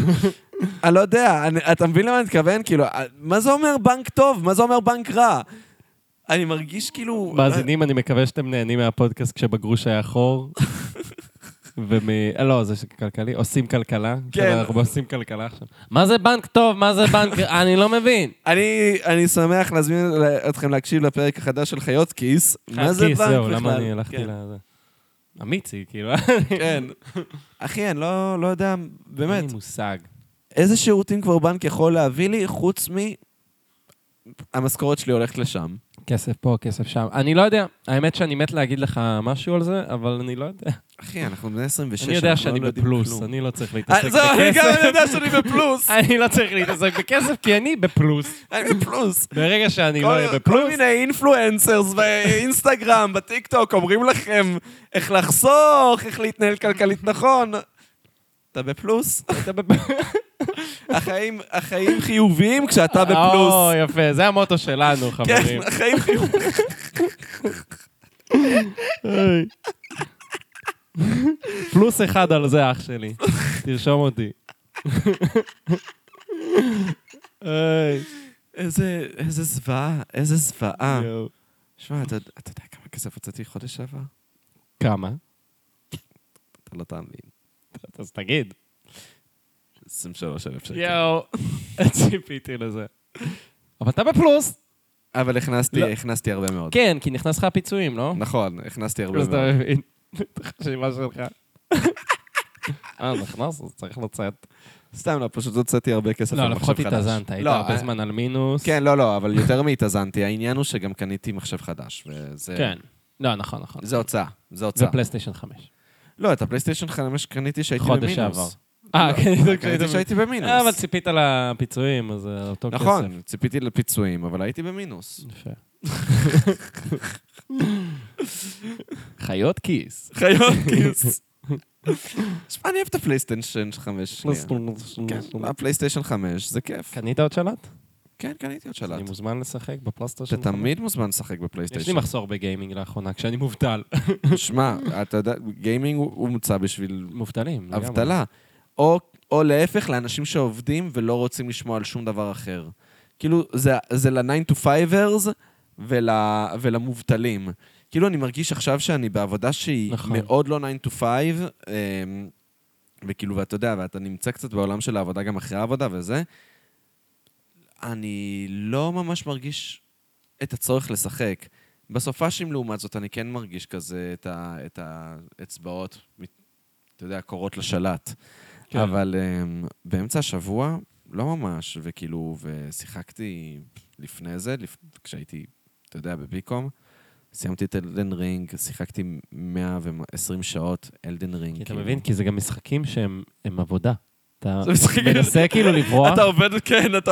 S1: אני לא יודע, אני, אתה מבין למה אני מתכוון? כאילו, אה, מה זה אומר בנק טוב? מה זה אומר בנק רע? אני מרגיש כאילו...
S2: מאזינים, אני מקווה שאתם נהנים מהפודקאסט כשבגרוש היה
S1: *laughs*
S2: חור. ומ... אה, לא, זה כלכלי, עושים כלכלה.
S1: כן.
S2: כן. אנחנו עושים כלכלה עכשיו. מה זה בנק טוב? מה זה
S1: *laughs*
S2: בנק... אני לא מבין.
S1: אני, אני שמח להזמין אתכם להקשיב לפרק החדש של חיות כיס. מה זה בנק
S2: כי,
S1: בכלל?
S2: זהו, למה אני הלכתי
S1: כן.
S2: לזה? אמיצי, כאילו.
S1: כן. אחי, אני לא, לא יודע,
S2: אין
S1: *laughs* באמת,
S2: לי מושג.
S1: איזה שירותים כבר בנק יכול להביא לי, חוץ מ... המשכורת שלי הולכת לשם.
S2: כסף פה, כסף שם. אני לא יודע. האמת שאני מת להגיד לך משהו על זה, אבל אני לא יודע.
S1: אחי, אנחנו בני 26,
S2: אני יודע
S1: אנחנו
S2: שאני
S1: לא יודעים
S2: בפלוס,
S1: כלום.
S2: אני לא צריך להתעסק
S1: אה, זהו, אני גם
S2: בכסף.
S1: יודע שאני בפלוס.
S2: אני לא צריך להתעסק בכסף, כי אני בפלוס.
S1: אני
S2: *laughs*
S1: בפלוס.
S2: ברגע שאני לא
S1: כל-
S2: אהיה
S1: כל
S2: בפלוס,
S1: מיני אינפלואנסרס באינסטגרם, *laughs* בטיקטוק, אומרים לכם איך לחסוך, איך להתנהל כלכלית נכון. אתה בפלוס?
S2: אתה בפלוס.
S1: החיים החיים חיוביים כשאתה בפלוס.
S2: או, יפה, זה המוטו שלנו,
S1: כן,
S2: חברים.
S1: החיים חיוביים.
S2: היי. פלוס אחד על זה, אח שלי. תרשום אותי. היי,
S1: איזה, איזה זוועה, איזה זוועה.
S2: יואו.
S1: שמע, אתה, אתה יודע כמה כסף הוצאתי חודש שעבר?
S2: כמה?
S1: אתה לא תאמין.
S2: אז תגיד.
S1: 23,000 שקל.
S2: יואו, ציפיתי לזה. אבל אתה בפלוס.
S1: אבל הכנסתי,
S2: לא.
S1: הכנסתי הרבה מאוד.
S2: כן, כי נכנס לך הפיצויים, לא?
S1: נכון, הכנסתי הרבה
S2: אז אתה
S1: מאוד.
S2: מבין את החשיבה שלך. אה, נכנס, אז צריך לצאת.
S1: סתם, לא, פשוט הוצאתי הרבה כסף
S2: לא,
S1: על מחשב
S2: לפחות
S1: חדש.
S2: התאזנת, היית
S1: לא,
S2: הרבה
S1: אה,
S2: זמן על מינוס.
S1: כן, לא, לא, אבל יותר מהתאזנתי. העניין הוא שגם קניתי מחשב חדש, וזה...
S2: כן. לא, נכון, נכון.
S1: זה הוצאה, זה
S2: זה
S1: הוצאה.
S2: פלייסטיישן 5.
S1: לא, את הפלייסטיישן 5 קניתי שהייתי במינוס.
S2: חודש שעבר. אה, כן, זה
S1: קניתי
S2: כשהיית-
S1: לא, שהייתי במינוס.
S2: אה, אבל ציפית לפיצויים, אז זה אותו כסף.
S1: נכון, ציפיתי לפיצויים, אבל הייתי במינוס.
S2: יפה. *laughs* חיות כיס.
S1: *laughs* חיות כיס. שמע, אני אוהב את הפלייסטיישן 5 שנייה. כן, הפלייסטיישן 5, זה כיף.
S2: קנית עוד שלט?
S1: כן, קניתי עוד
S2: אני
S1: שלט.
S2: מוזמן לשחק בפלסטר
S1: אתה
S2: שלך.
S1: תמיד מוזמן לשחק
S2: יש לי
S1: בפלייסטיישן.
S2: מחסור בגיימינג לאחרונה, כשאני
S1: *laughs*
S2: מובטל.
S1: שמע, אתה יודע, גיימינג הוא הוא מוצא בשביל
S2: מובטלים. לגמרי.
S1: אבטלה. או או להפך, לאנשים שעובדים ולא רוצים לשמוע על שום דבר אחר. כאילו, זה- זה ל-9 to 5ers ולמובטלים. כאילו, אני מרגיש עכשיו שאני בעבודה שהיא
S2: נכון.
S1: מאוד לא 9 to 5, אמ, וכאילו, ואתה יודע, ואתה נמצא קצת בעולם של העבודה גם אחרי העבודה וזה, אני לא ממש מרגיש את הצורך לשחק. בסופאשים, לעומת זאת, אני כן מרגיש כזה את, ה, את האצבעות, מת- אתה יודע, קורות לשלט.
S2: כן.
S1: כן. אבל um, באמצע השבוע, לא ממש, וכאילו, ושיחקתי לפני זה, לפ... כשהייתי, אתה יודע, בביקום, סיימתי את אלדן רינג, שיחקתי 120 שעות כאילו. אלדן רינג.
S2: כי אתה מבין? כי זה גם משחקים שהם הם עבודה. אתה
S1: זה משחקים-
S2: מנסה כאילו לברוח.
S1: עובד, כן,
S2: אתה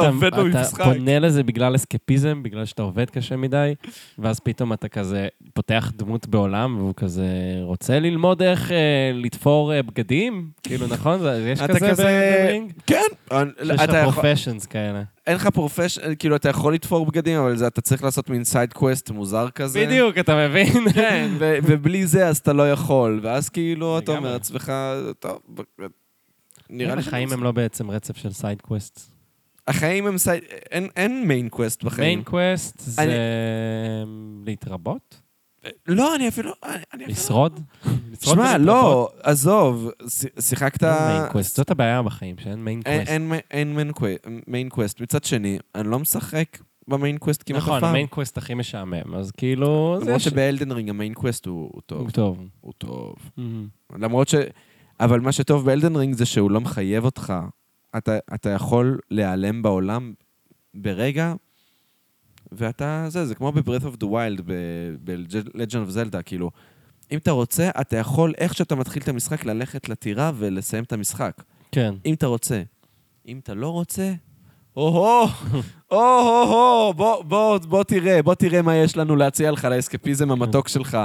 S2: פונה לזה בגלל אסקפיזם, בגלל שאתה עובד קשה מדי, ואז פתאום אתה כזה פותח דמות בעולם, והוא כזה רוצה ללמוד איך אה, לתפור אה, בגדים, כאילו, נכון? זה- יש
S1: אתה
S2: כזה
S1: כזה-
S2: ברינג?
S1: כן, אני-
S2: יש לך
S1: אתה יכול...
S2: פרופשנס כאלה.
S1: אין לך פרופשן, כאילו, אתה יכול לתפור בגדים, אבל זה, אתה צריך לעשות מין סייד קווסט מוזר כזה. *laughs*
S2: בדיוק, אתה מבין?
S1: כן,
S2: *laughs*
S1: ו- ובלי זה אז אתה לא יכול, ואז כאילו אתה אומר
S2: לגמרי.
S1: לעצמך, טוב, ב- נראה לי... שאני
S2: החיים
S1: רוצה."
S2: הם לא בעצם רצף של סייד קווסט.
S1: החיים הם סייד... אין- אין מיין קווסט בחיים.
S2: מיין קווסט זה להתרבות?
S1: לא, אני אפילו... אני- אני אפילו-
S2: לשרוד? לשרוד
S1: שמע,
S2: ולהתרבות?
S1: לא, עזוב, ש- שיחקת...
S2: אין מיין קווסט, זאת הבעיה בחיים, שאין מיין
S1: אין-
S2: קווסט.
S1: אין מי- אין מיין קוו- מיין קווסט. מצד שני, אני לא משחק במיין קווסט כמעט אף פעם.
S2: נכון, המיין קווסט הכי משעמם, אז כאילו... זה
S1: למרות
S2: יש-
S1: שבאלדן רינג המיין קווסט הוא הוא טוב.
S2: הוא טוב.
S1: הוא טוב. למרות ש... אבל מה שטוב באלדן רינג זה שהוא לא מחייב אותך. אתה, אתה יכול להיעלם בעולם ברגע, ואתה, זה, זה כמו ב-Breath of the Wild, ב-Legend of Zelda, כאילו. אם אתה רוצה, אתה יכול, איך שאתה מתחיל את המשחק, ללכת לטירה ולסיים את המשחק.
S2: כן.
S1: אם אתה רוצה. אם אתה לא רוצה, או-הו, או-הו, בוא, בוא, בוא תראה, בוא תראה מה יש לנו להציע לך לאסקפיזם המתוק שלך.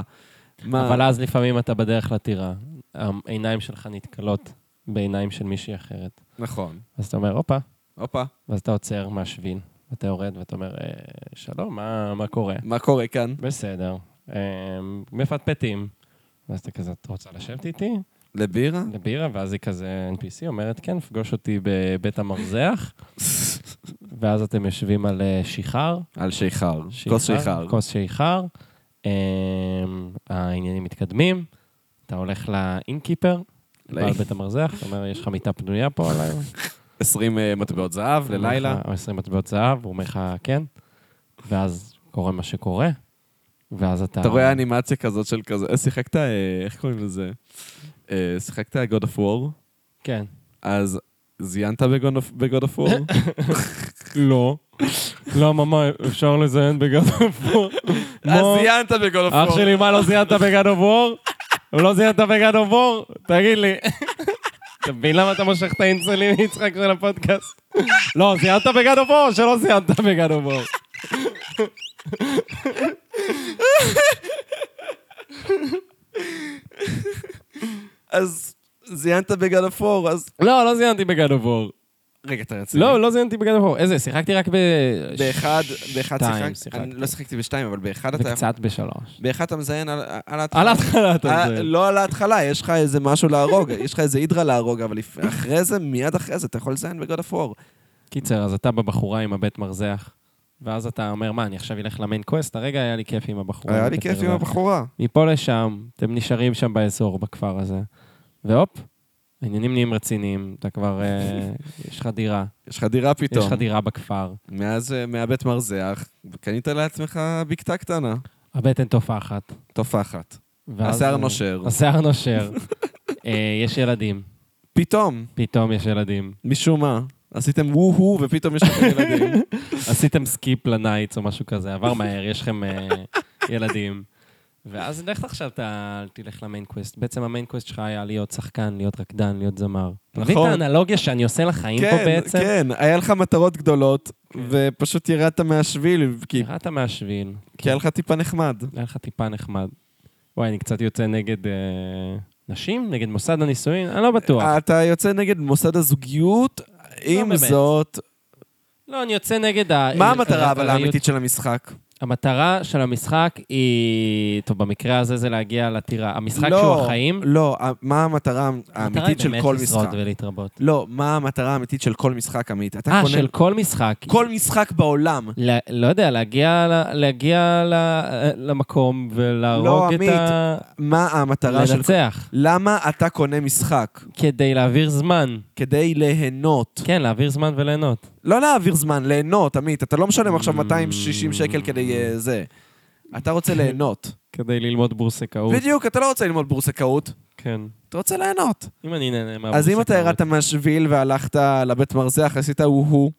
S1: מה-
S2: אבל אז לפעמים אתה בדרך לטירה, העיניים שלך נתקלות בעיניים של מישהי אחרת.
S1: נכון.
S2: אז אתה אומר, הופה,
S1: הופה,
S2: ואז אתה עוצר מהשביל, ואתה יורד ואתה אומר, "אה, שלום, מה, מה קורה?
S1: מה קורה כאן?
S2: בסדר, אה, מפטפטים. ואז אתה כזה, את רוצה לשבת איתי
S1: לבירה?
S2: לבירה? ואז היא כזה NPC אומרת, כן, פגוש אותי בבית המרזח. ואז אתם יושבים על אה, שיכר.
S1: על שיכר. כוס שיכר.
S2: כוס שיכר. אה, העניינים מתקדמים, אתה הולך לאינקיפר,
S1: לאינ-
S2: בעל בית המרזח, אתה אומר, יש לך מיטה פנויה פה
S1: *laughs*
S2: עליי.
S1: 20 אה, מטבעות זהב
S2: הוא
S1: ללילה.
S2: אומר לך, 20 מטבעות זהב, הוא אומר לך כן, ואז קורה מה שקורה, ואז אתה...
S1: אתה רואה אנימציה כזאת של כזה, אה, שיחקת, אה, איך קוראים לזה? אה, שיחקת God of War,
S2: כן.
S1: אז זיינת ב-God of- ב-God of War?
S2: לא. למה, מה, אפשר לזיין בגד אובור?
S1: *laughs* אז אה, זיינת ב-God of War.
S2: מה לא זיינת בגד אובור? לא זיינת בגד אובור? תגיד לי. אתה מבין למה אתה מושך את האינסולין יצחק של הפודקאסט? לא, זיינת בגד אובור או שלא זיינת בגד אובור?
S1: אז זיינת ב-God of War, אז...
S2: לא, לא זיינתי בגד אובור.
S1: רגע, אתה רציני?
S2: לא, לא זיינתי בגד אובור. איזה, שיחקתי רק ב...
S1: באחד, באחד
S2: שתיים
S1: שיחקת,
S2: שיחקתי.
S1: אני לא שיחקתי בשתיים, אבל באחד אתה יכול...
S2: וקצת בשלוש.
S1: באחד אתה מזיין על על
S2: על
S1: ההתחלה.
S2: ההתחלה אתה
S1: אה,
S2: מזיין.
S1: לא על ההתחלה, יש לך איזה משהו להרוג, *laughs* יש לך איזה הידרה להרוג, אבל לפ- אחרי זה, מיד אחרי זה, אתה יכול לזיין בגוד אפור.
S2: קיצר, אז אתה בבחורה עם הבית מרזח, ואז אתה אומר, מה, אני עכשיו אלך למיין קווסט? הרגע היה לי כיף עם הבחורה.
S1: היה לי
S2: הבית
S1: כיף עם
S2: מרזח."
S1: הבחורה.
S2: מפה לשם, אתם נשארים שם באזור, בכפר הזה, והופ, העניינים נהיים רציניים, אתה כבר,
S1: *laughs*
S2: אה, יש לך דירה.
S1: יש לך דירה
S2: יש
S1: פתאום.
S2: לך דירה בכפר.
S1: מאז, אה, מהבית מרזח, קנית לעצמך בקתה קטנה,
S2: הבטן תופחת.
S1: תופחת.
S2: ואז- אה,
S1: השיער נושר.
S2: השיער
S1: *laughs*
S2: נושר. אה, יש ילדים.
S1: פתאום,
S2: פתאום יש ילדים.
S1: משום מה, עשיתם וו-הו ופתאום יש
S2: *laughs*
S1: לכם ילדים.
S2: עשיתם סקיפ לנייטס או משהו כזה, עבר מהר, יש לכם אה, ילדים. ואז לך עכשיו, אתה תלך למיין קווסט. בעצם המיין קווסט שלך היה להיות שחקן, להיות רקדן, להיות זמר. אתה מבין את
S1: נכון.
S2: האנלוגיה שאני עושה לחיים פה
S1: כן,
S2: בעצם?
S1: כן, היה לך מטרות גדולות,
S2: כן. אה,
S1: ופשוט ירדת מהשביל, כי
S2: ירדת מהשביל,
S1: כי היה לך טיפה נחמד.
S2: היה לך טיפה נחמד. וואי, אני קצת יוצא נגד אה, נשים, נגד מוסד הנישואין, אני לא בטוח. לא
S1: אתה יוצא נגד מוסד הזוגיות, עם
S2: באמת.
S1: זאת...
S2: לא, אני יוצא נגד ה...
S1: מה המטרה אבל
S2: הרעיות.
S1: האמיתית של המשחק?
S2: המטרה של המשחק היא... טוב, במקרה הזה זה להגיע לטירה. המשחק
S1: לא,
S2: שהוא החיים,
S1: לא, ה- מה המטרה
S2: המטרה היא
S1: האמיתית של
S2: באמת
S1: כל
S2: לשרוד
S1: משחק?
S2: ולהתרבות.
S1: לא, מה המטרה האמיתית של כל משחק עמית? אתה
S2: אה,
S1: קונה
S2: של כל משחק.
S1: כל משחק בעולם.
S2: ל- לא יודע, להגיע, ל- להגיע ל- למקום ולהרוג
S1: לא,
S2: את
S1: עמית,
S2: ה...
S1: מה המטרה של...
S2: לנצח,
S1: למה אתה קונה משחק?
S2: כדי להעביר זמן.
S1: כדי ליהנות.
S2: כן, להעביר זמן וליהנות.
S1: לא להעביר זמן, ליהנות, עמית. אתה לא משלם עכשיו
S2: Mm.
S1: 260 שקל כדי אה, זה. אתה רוצה
S2: אוקיי.
S1: ליהנות.
S2: כדי ללמוד בורסקאות.
S1: בדיוק, אתה לא רוצה ללמוד בורסקאות,
S2: כן.
S1: אתה רוצה ליהנות.
S2: אם אני נהנה מהבורסקאות.
S1: אז אם אתה ירדת מהשביל והלכת לבית מרזח, עשית
S2: *laughs*
S1: והו,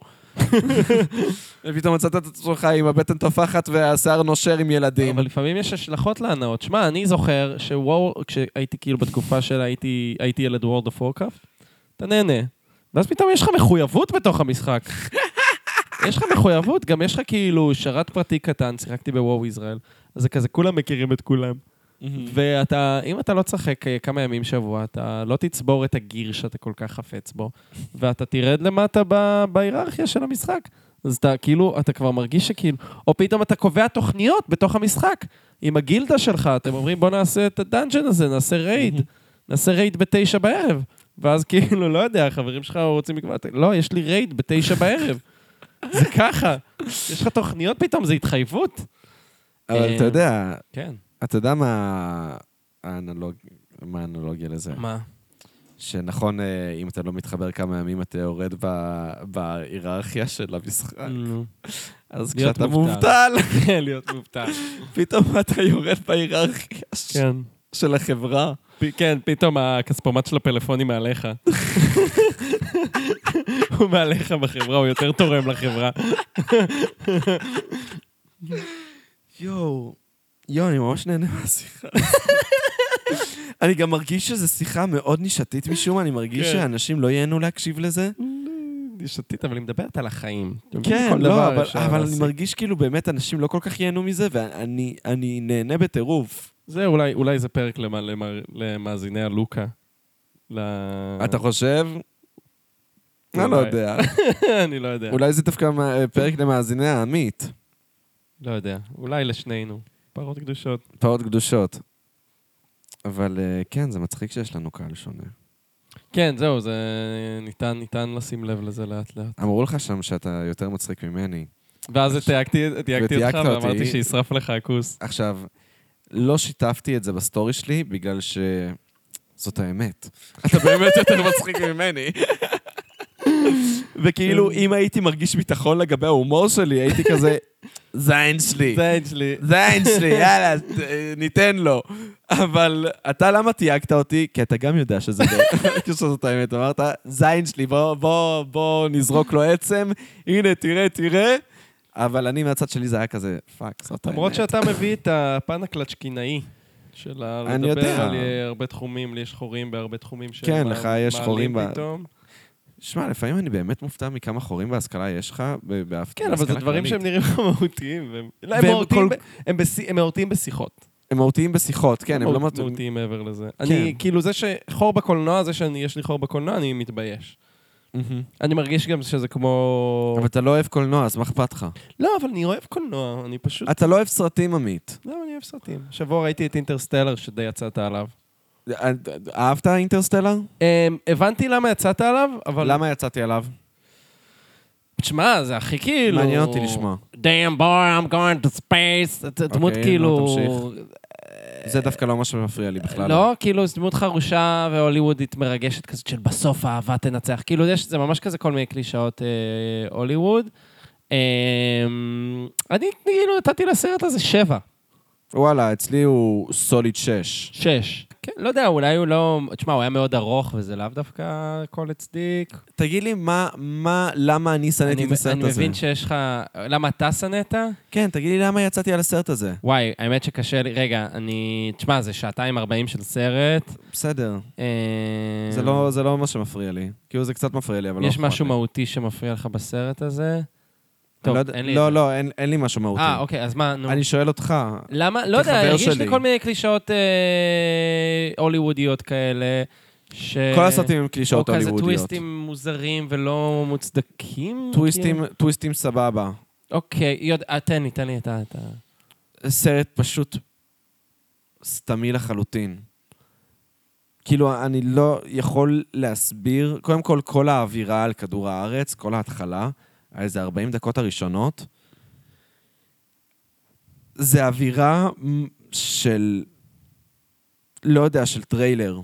S1: ופתאום מצאת את עצמך עם הבטן תופחת והשיער נושר עם ילדים.
S2: אבל לפעמים יש השלכות להנאות. שמע, אני זוכר שוואו, כשהייתי כאילו בתקופה של הייתי, הייתי ילד וורד אוף וורקאפט, אתה נהנה. ואז פתאום יש לך מחויבות בתוך המשחק. יש לך מחויבות, גם יש לך כאילו שרת פרטי קטן, שיחקתי בוואו ישראל, אז זה כזה, כולם מכירים את כולם. ואתה, אם אתה לא תשחק אה, כמה ימים שבוע, אתה לא תצבור את הגיר שאתה כל כך חפץ בו, ואתה תרד למטה ב- בהיררכיה של המשחק. אז אתה כאילו, אתה כבר מרגיש שכאילו, או פתאום אתה קובע תוכניות בתוך המשחק. עם הגילדה שלך, אתם אומרים, בוא נעשה את הדאנג'ן הזה, נעשה רייד. נעשה רייד בתשע בערב. ואז כאילו, לא יודע, החברים שלך רוצים לקבוע, אתה- לא, יש לי רייד בתשע בערב. זה ככה. יש לך תוכניות פתאום, זה התחייבות. אה,
S1: אבל אתה יודע,
S2: כן.
S1: אתה יודע מה האנלוג- מה האנלוגיה לזה?
S2: מה?
S1: שנכון, אה, אם אתה לא מתחבר כמה ימים, אתה יורד ב- בהיררכיה של המשחק.
S2: נו.
S1: אז
S2: להיות
S1: כשאתה
S2: מובטל.
S1: מובטל, *laughs*
S2: כן, אה, *laughs* להיות מובטל.
S1: פתאום אתה יורד בהיררכיה ש-
S2: כן.
S1: של החברה.
S2: פ- כן, פתאום הכספומט של הפלאפונים *laughs* מעליך. הוא מעליך בחברה, הוא יותר תורם *laughs* לחברה.
S1: יואו, יואו, אני ממש נהנה מהשיחה. אני גם מרגיש שזו שיחה מאוד נישתית משום מה, אני מרגיש
S2: כן.
S1: שאנשים לא ייהנו להקשיב לזה.
S2: שתית, אבל היא מדברת על החיים.
S1: כן, לא, אבל, אבל אני מרגיש כאילו באמת אנשים לא כל כך ייהנו מזה, ואני אני נהנה בטירוף.
S2: זה אולי, אולי זה פרק למ, למ, למאזיני הלוקה. ל... אה,
S1: אתה חושב? אני לא
S2: אולי.
S1: יודע.
S2: *laughs* אני לא יודע. אולי...
S1: אולי זה דווקא מה- פרק למאזיני העמית.
S2: לא יודע. אולי לשנינו. פרות קדושות.
S1: פעות קדושות. אבל אה, כן, זה מצחיק שיש לנו קהל שונה.
S2: כן, זהו, זה ניתן, ניתן לשים לב לזה לאט לאט.
S1: אמרו לך שם שאתה יותר מצחיק ממני.
S2: ואז תייגתי תייגתי אותך
S1: ותייגת אותי.
S2: ואמרתי שישרף לך *laughs* הכוס.
S1: עכשיו, לא שיתפתי את זה בסטורי שלי בגלל ש... זאת האמת. *laughs* אתה באמת יותר מצחיק ממני. וכאילו,
S2: כן.
S1: אם הייתי מרגיש ביטחון לגבי ההומור שלי, הייתי כזה, זין שלי.
S2: זה אין שלי.
S1: זין שלי, יאללה, ת- ניתן לו. אבל אתה, למה תייגת אותי? כי אתה גם יודע שזה לא- *laughs* שזאת האמת. אמרת, זין שלי, בוא- בוא בוא נזרוק לו עצם, הנה, תראה, תראה. אבל אני מהצד שלי זה היה כזה, פאק, זאת האמת.
S2: למרות שאתה מביא את הפן הקלצ'קינאי של ה-
S1: אני
S2: לדבר
S1: יודע.
S2: על אה, הרבה תחומים, לי יש חורים בהרבה תחומים של
S1: כן,
S2: מה-
S1: לך יש
S2: מעלים
S1: חורים ב-
S2: פתאום.
S1: שמע, לפעמים אני באמת מופתע מכמה חורים בהשכלה יש לך, ב- באף...
S2: כן, אבל זה
S1: בהשכלה
S2: דברים
S1: כללית.
S2: שהם נראים *laughs* לך מהותיים. והם- לא, הם
S1: והם
S2: מהותיים
S1: כל-
S2: ב- הם בש- הם מהותיים בשיחות.
S1: הם מהותיים בשיחות, כן, הם לא
S2: מהות-
S1: מהותיים.
S2: מהותיים מעבר לזה. אני, כאילו, זה שחור בקולנוע, זה שיש לי חור בקולנוע, אני מתבייש.
S1: מהותיים.
S2: אני מרגיש גם שזה כמו...
S1: אבל אתה לא אוהב קולנוע, אז מה אכפת לך?
S2: לא, אבל אני אוהב קולנוע, אני פשוט...
S1: אתה לא אוהב סרטים, עמית.
S2: לא, אני אוהב סרטים. השבוע ראיתי את אינטרסטלר, שדי יצאת עליו.
S1: אה, אהבת אינטרסטלר?
S2: אמ, הבנתי למה יצאת עליו, אבל...
S1: למה יצאתי עליו?
S2: תשמע, זה הכי כאילו...
S1: מעניין אותי לשמוע.
S2: Damn boy, I'm going to space. זה- זה דמות
S1: אוקיי,
S2: כאילו...
S1: נו, זה דווקא לא מה שמפריע לי בכלל.
S2: לא, כאילו, זו דמות חרושה והוליוודית מרגשת כזאת של בסוף האהבה תנצח. כאילו, יש, זה ממש כזה כל מיני קלישאות אה, הוליווד. אה, אני כאילו נתתי לסרט הזה שבע.
S1: וואלה, אצלי הוא סוליד 6.
S2: שש. כן, לא יודע, אולי הוא לא... תשמע, הוא היה מאוד ארוך, וזה לאו דווקא הכל הצדיק.
S1: תגיד לי, מה, מה, למה אני שנאתי
S2: אני,
S1: את הסרט
S2: אני
S1: הזה?
S2: מבין שיש לך... למה אתה שנאת?
S1: כן, תגיד לי למה יצאתי על הסרט הזה.
S2: וואי, האמת שקשה לי... רגע, אני... תשמע, זה שעתיים ארבעים של סרט.
S1: בסדר,
S2: אה,
S1: זה לא- זה לא מה שמפריע לי. כאילו, זה קצת מפריע לי, אבל לא
S2: יש
S1: אכפת
S2: משהו
S1: לי.
S2: מהותי שמפריע לך בסרט הזה? טוב,
S1: אני לא יודע-
S2: אין לי...
S1: לא, לא, אין- אין לי משהו מהותי.
S2: אה, אוקיי, אז מה, נו.
S1: אני שואל אותך,
S2: למה? לא יודע,
S1: כחבר
S2: הרגיש לי
S1: שלי.
S2: כל מיני קלישאות אה, הוליוודיות כאלה, ש...
S1: כל הסרטים הם קלישאות
S2: או כזה
S1: הוליוודיות.
S2: טוויסטים מוזרים ולא מוצדקים.
S1: טוויסטים,
S2: כאילו?
S1: טוויסטים סבבה.
S2: אוקיי, יודע- אה, תן לי, תן לי את ה... את ה-
S1: סרט פשוט סתמי לחלוטין. כאילו, אני לא יכול להסביר, קודם כל, כל האווירה על כדור הארץ, כל ההתחלה, איזה 40 דקות הראשונות, זה אווירה מ, של, לא יודע, של טריילר.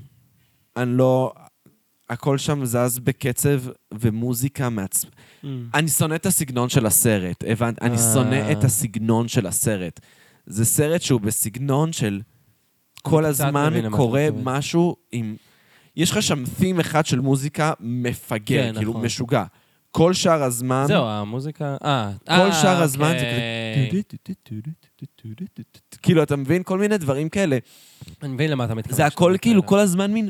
S1: אני לא... הכל שם זז בקצב ומוזיקה מעצ... אני שונא את הסגנון של הסרט, הבנת? אני
S2: אה.
S1: שונא את הסגנון של הסרט. זה סרט שהוא בסגנון של כל
S2: אני קצת
S1: הזמן
S2: מבין למה אתה
S1: קורה
S2: מתכוון.
S1: משהו עם... יש לך שם תים אחד של מוזיקה מפגר,
S2: כן,
S1: כאילו
S2: נכון.
S1: משוגע. כל שאר הזמן...
S2: זהו, אה, המוזיקה... אה, אוקיי.
S1: כל שאר הזמן זה כזה... כאילו, אתה מבין? כל מיני דברים כאלה.
S2: אני מבין למה אתה לא מתכוון.
S1: זה הכל
S2: שאתה
S1: כאילו
S2: מתכוון.
S1: כל הזמן מין...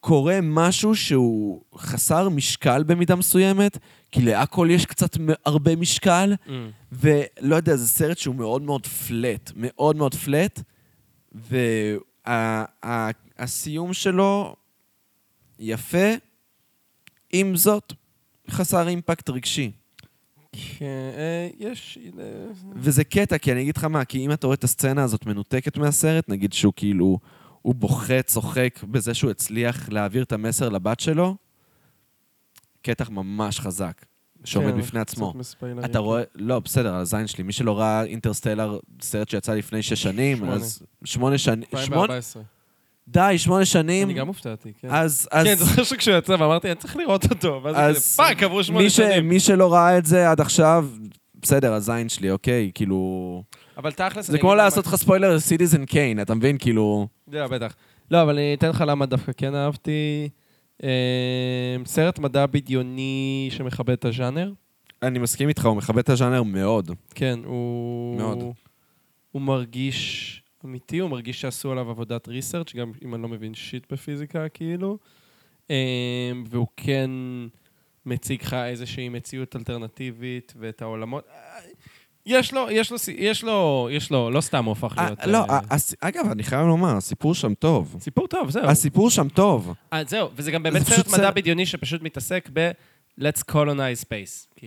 S1: קורה משהו שהוא חסר משקל במידה מסוימת, כי להכל יש קצת מ- הרבה משקל,
S2: אמ.
S1: ולא יודע, זה סרט שהוא מאוד מאוד פלט, מאוד מאוד פלט, והסיום שלו יפה, עם זאת, חסר אימפקט רגשי.
S2: כן, אה, יש... אה,
S1: וזה קטע, כי אני אגיד לך מה, כי אם אתה רואה את הסצנה הזאת מנותקת מהסרט, נגיד שהוא כאילו, הוא בוכה, צוחק בזה שהוא הצליח להעביר את המסר לבת שלו, קטע ממש חזק, שעומד
S2: כן,
S1: בפני עצמו.
S2: קצת מספיילרים.
S1: אתה רואה, לא, בסדר, על הזין שלי. מי שלא ראה אינטרסטלר, סרט שיצא לפני שש שנים,
S2: שמונה.
S1: אז שמונה שנים, שמונה,
S2: 2014.
S1: די, שמונה שנים,
S2: אני גם הופתעתי, כן.
S1: אז, אז,
S2: כן, זוכר שכשהוא יצא ואמרתי, אני צריך לראות אותו, ואז
S1: אז
S2: כזה, פאק, עברו שמונה
S1: מי ש-
S2: שנים.
S1: מי שלא ראה את זה עד עכשיו, בסדר, הזין שלי, אוקיי, כאילו...
S2: אבל תכלס...
S1: זה כמו לעשות לך ספוילר לסיטיזן קיין, אתה מבין? כאילו...
S2: אתה יודע, בטח. לא, אבל אני אתן לך למה דווקא כן אהבתי. אה, סרט מדע בדיוני שמכבד את הז'אנר.
S1: אני מסכים איתך, הוא מכבד את הז'אנר מאוד.
S2: כן, הוא...
S1: מאוד.
S2: הוא מרגיש אמיתי, הוא מרגיש שעשו עליו עבודת ריסרצ', גם אם אני לא מבין שיט בפיזיקה, כאילו. אמ, והוא כן מציג לך איזושהי מציאות אלטרנטיבית ואת העולמות. אה, יש לו, יש לו, סי- יש לו, יש לו, לא סתם הוא הפך
S1: אה,
S2: להיות...
S1: לא,
S2: אה,
S1: אה, הס- אגב, אני חייב לומר, הסיפור שם טוב.
S2: סיפור טוב, זהו.
S1: הסיפור שם טוב.
S2: אה, זהו, וזה גם באמת
S1: זה
S2: סרט
S1: פשוט
S2: מדע
S1: סרט-
S2: בדיוני שפשוט מתעסק ב- let's colonize space.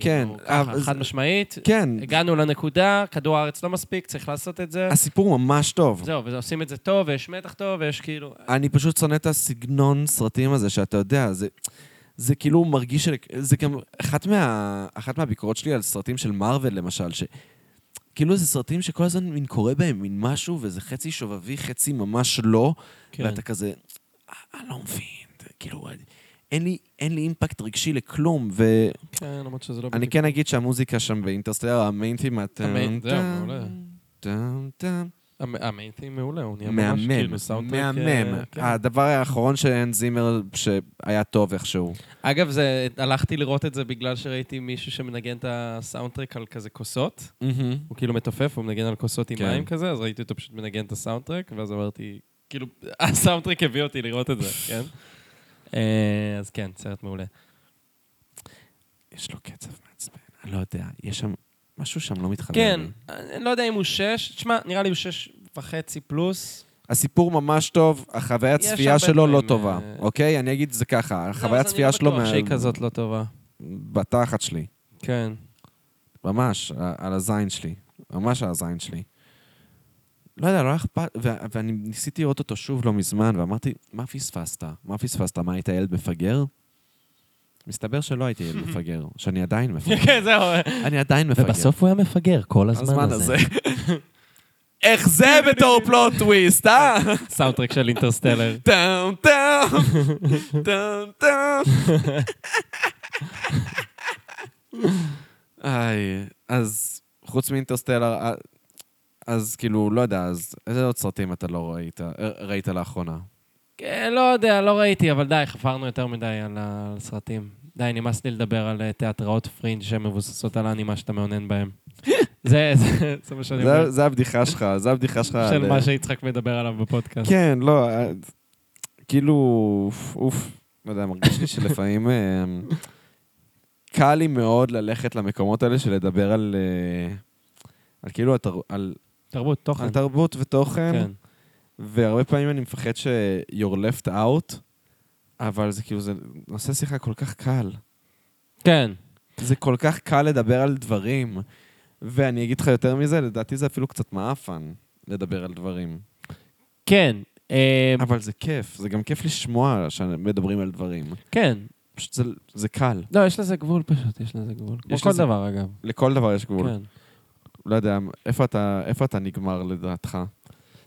S1: כן,
S2: כאילו, ככה,
S1: אבל זה-
S2: חד משמעית.
S1: כן,
S2: הגענו לנקודה, כדור הארץ לא מספיק, צריך לעשות את זה.
S1: הסיפור ממש טוב.
S2: זהו, ועושים את זה טוב, ויש מתח טוב, ויש כאילו...
S1: אני פשוט שונא את הסגנון סרטים הזה, שאתה יודע, זה... זה כאילו מרגיש... של- זה גם אחת, מה, אחת מהביקורות שלי על סרטים של מארוול, למשל, ש... כאילו זה סרטים שכל הזמן מין קורה בהם מין משהו, וזה חצי שובבי, חצי ממש לא, כן. ואתה כזה, "אה, אני לא מבין, זה כאילו, אני- אין לי, אין לי אימפקט רגשי לכלום, ואני
S2: כן, למרות שזה לא... בדיוק.
S1: כן אגיד שהמוזיקה שם באינטרסטלר, המיין טים,
S2: המיין-
S1: הטאם
S2: זהו, מעולה.
S1: טאם טאם,
S2: המ- המיינטים מעולה, הוא נהיה ממש
S1: מהמם,
S2: כאילו אה, כן. סאונדטרק.
S1: מהמם. הדבר האחרון של אין זימר שהיה טוב איכשהו.
S2: אגב, זה- הלכתי לראות את זה בגלל שראיתי מישהו שמנגן את הסאונדטרק על כזה כוסות. הוא כאילו מתופף, הוא מנגן על כוסות עם
S1: כן.
S2: מים כזה, אז ראיתי אותו פשוט מנגן את הסאונדטרק, ואז אמרתי, כאילו, *laughs* הסאונדטרק הביא אותי לראות את זה, כן? *laughs* אה, אז כן, סרט מעולה.
S1: יש לו קצב מעצבן, אני לא יודע, יש שם, משהו שם לא מתחבר.
S2: כן,
S1: לי.
S2: אני לא יודע אם הוא שש, תשמע, נראה לי הוא שש וחצי פלוס.
S1: הסיפור ממש טוב, החוויה
S2: יש
S1: הצפייה
S2: הרבה
S1: שלו לא
S2: דברים,
S1: טובה,
S2: אה,
S1: אוקיי? אני אגיד את זה ככה, החוויה הצפייה שלו
S2: אז אני לא בטוח שהיא
S1: מה-
S2: כזאת לא טובה.
S1: בתחת שלי,
S2: כן.
S1: ממש, ה- על הזין שלי, ממש על הזין שלי. לא יודע, לא היה אכפת, ו- ואני ניסיתי לראות אותו שוב לא מזמן, ואמרתי, מה פספסת? מה פספסת? מה, היית ילד מפגר? מסתבר שלא הייתי ילד מפגר, שאני עדיין מפגר.
S2: *laughs* כן, זהו.
S1: אני עדיין מפגר.
S2: הוא היה מפגר כל
S1: *laughs* איך זה בתור פלוט טוויסט, אה?
S2: *laughs* סאונדטרק של אינטרסטלר.
S1: טאם טאם,
S2: *laughs*
S1: טאם טאם. איי, אז חוץ מאינטרסטלר, אה, אז כאילו, לא יודע, אז איזה עוד סרטים אתה לא ראית, אה, ראית לאחרונה?
S2: כן, לא יודע, לא ראיתי, אבל די, חפרנו יותר מדי על הסרטים. די, נמאס לי לדבר על אה, תיאטראות פרינג' שמבוססות על האנימה שאתה מעונן *laughs* בהם. זה זה- זה מה שאני אומר.
S1: זה- זה הבדיחה שלך, זה הבדיחה שלך.
S2: של
S1: על-
S2: מה שיצחק מדבר עליו בפודקאסט.
S1: כן, לא, אה, כאילו, אוף, אוף, לא יודע, מרגיש לי שלפעמים אה, קל לי מאוד ללכת למקומות האלה של לדבר על, אה, על כאילו, התר- על,
S2: תרבות, תוכן.
S1: על תרבות ותוכן,
S2: כן.
S1: והרבה פעמים אני מפחד ש- you're left out, אבל זה כאילו, זה נושא שיחה כל כך קל.
S2: כן.
S1: זה כל כך קל לדבר על דברים, ואני אגיד לך יותר מזה, לדעתי זה אפילו קצת מעפן לדבר על דברים.
S2: כן. אה,
S1: אבל זה כיף, זה גם כיף לשמוע שמדברים על דברים.
S2: כן.
S1: פשוט זה, זה קל.
S2: לא, יש לזה גבול פשוט, יש לזה גבול. כמו
S1: יש
S2: כל
S1: לזה-
S2: דבר, אגב.
S1: לכל דבר יש גבול. כן.
S2: כן.
S1: לא יודע, איפה אתה, איפה אתה נגמר לדעתך?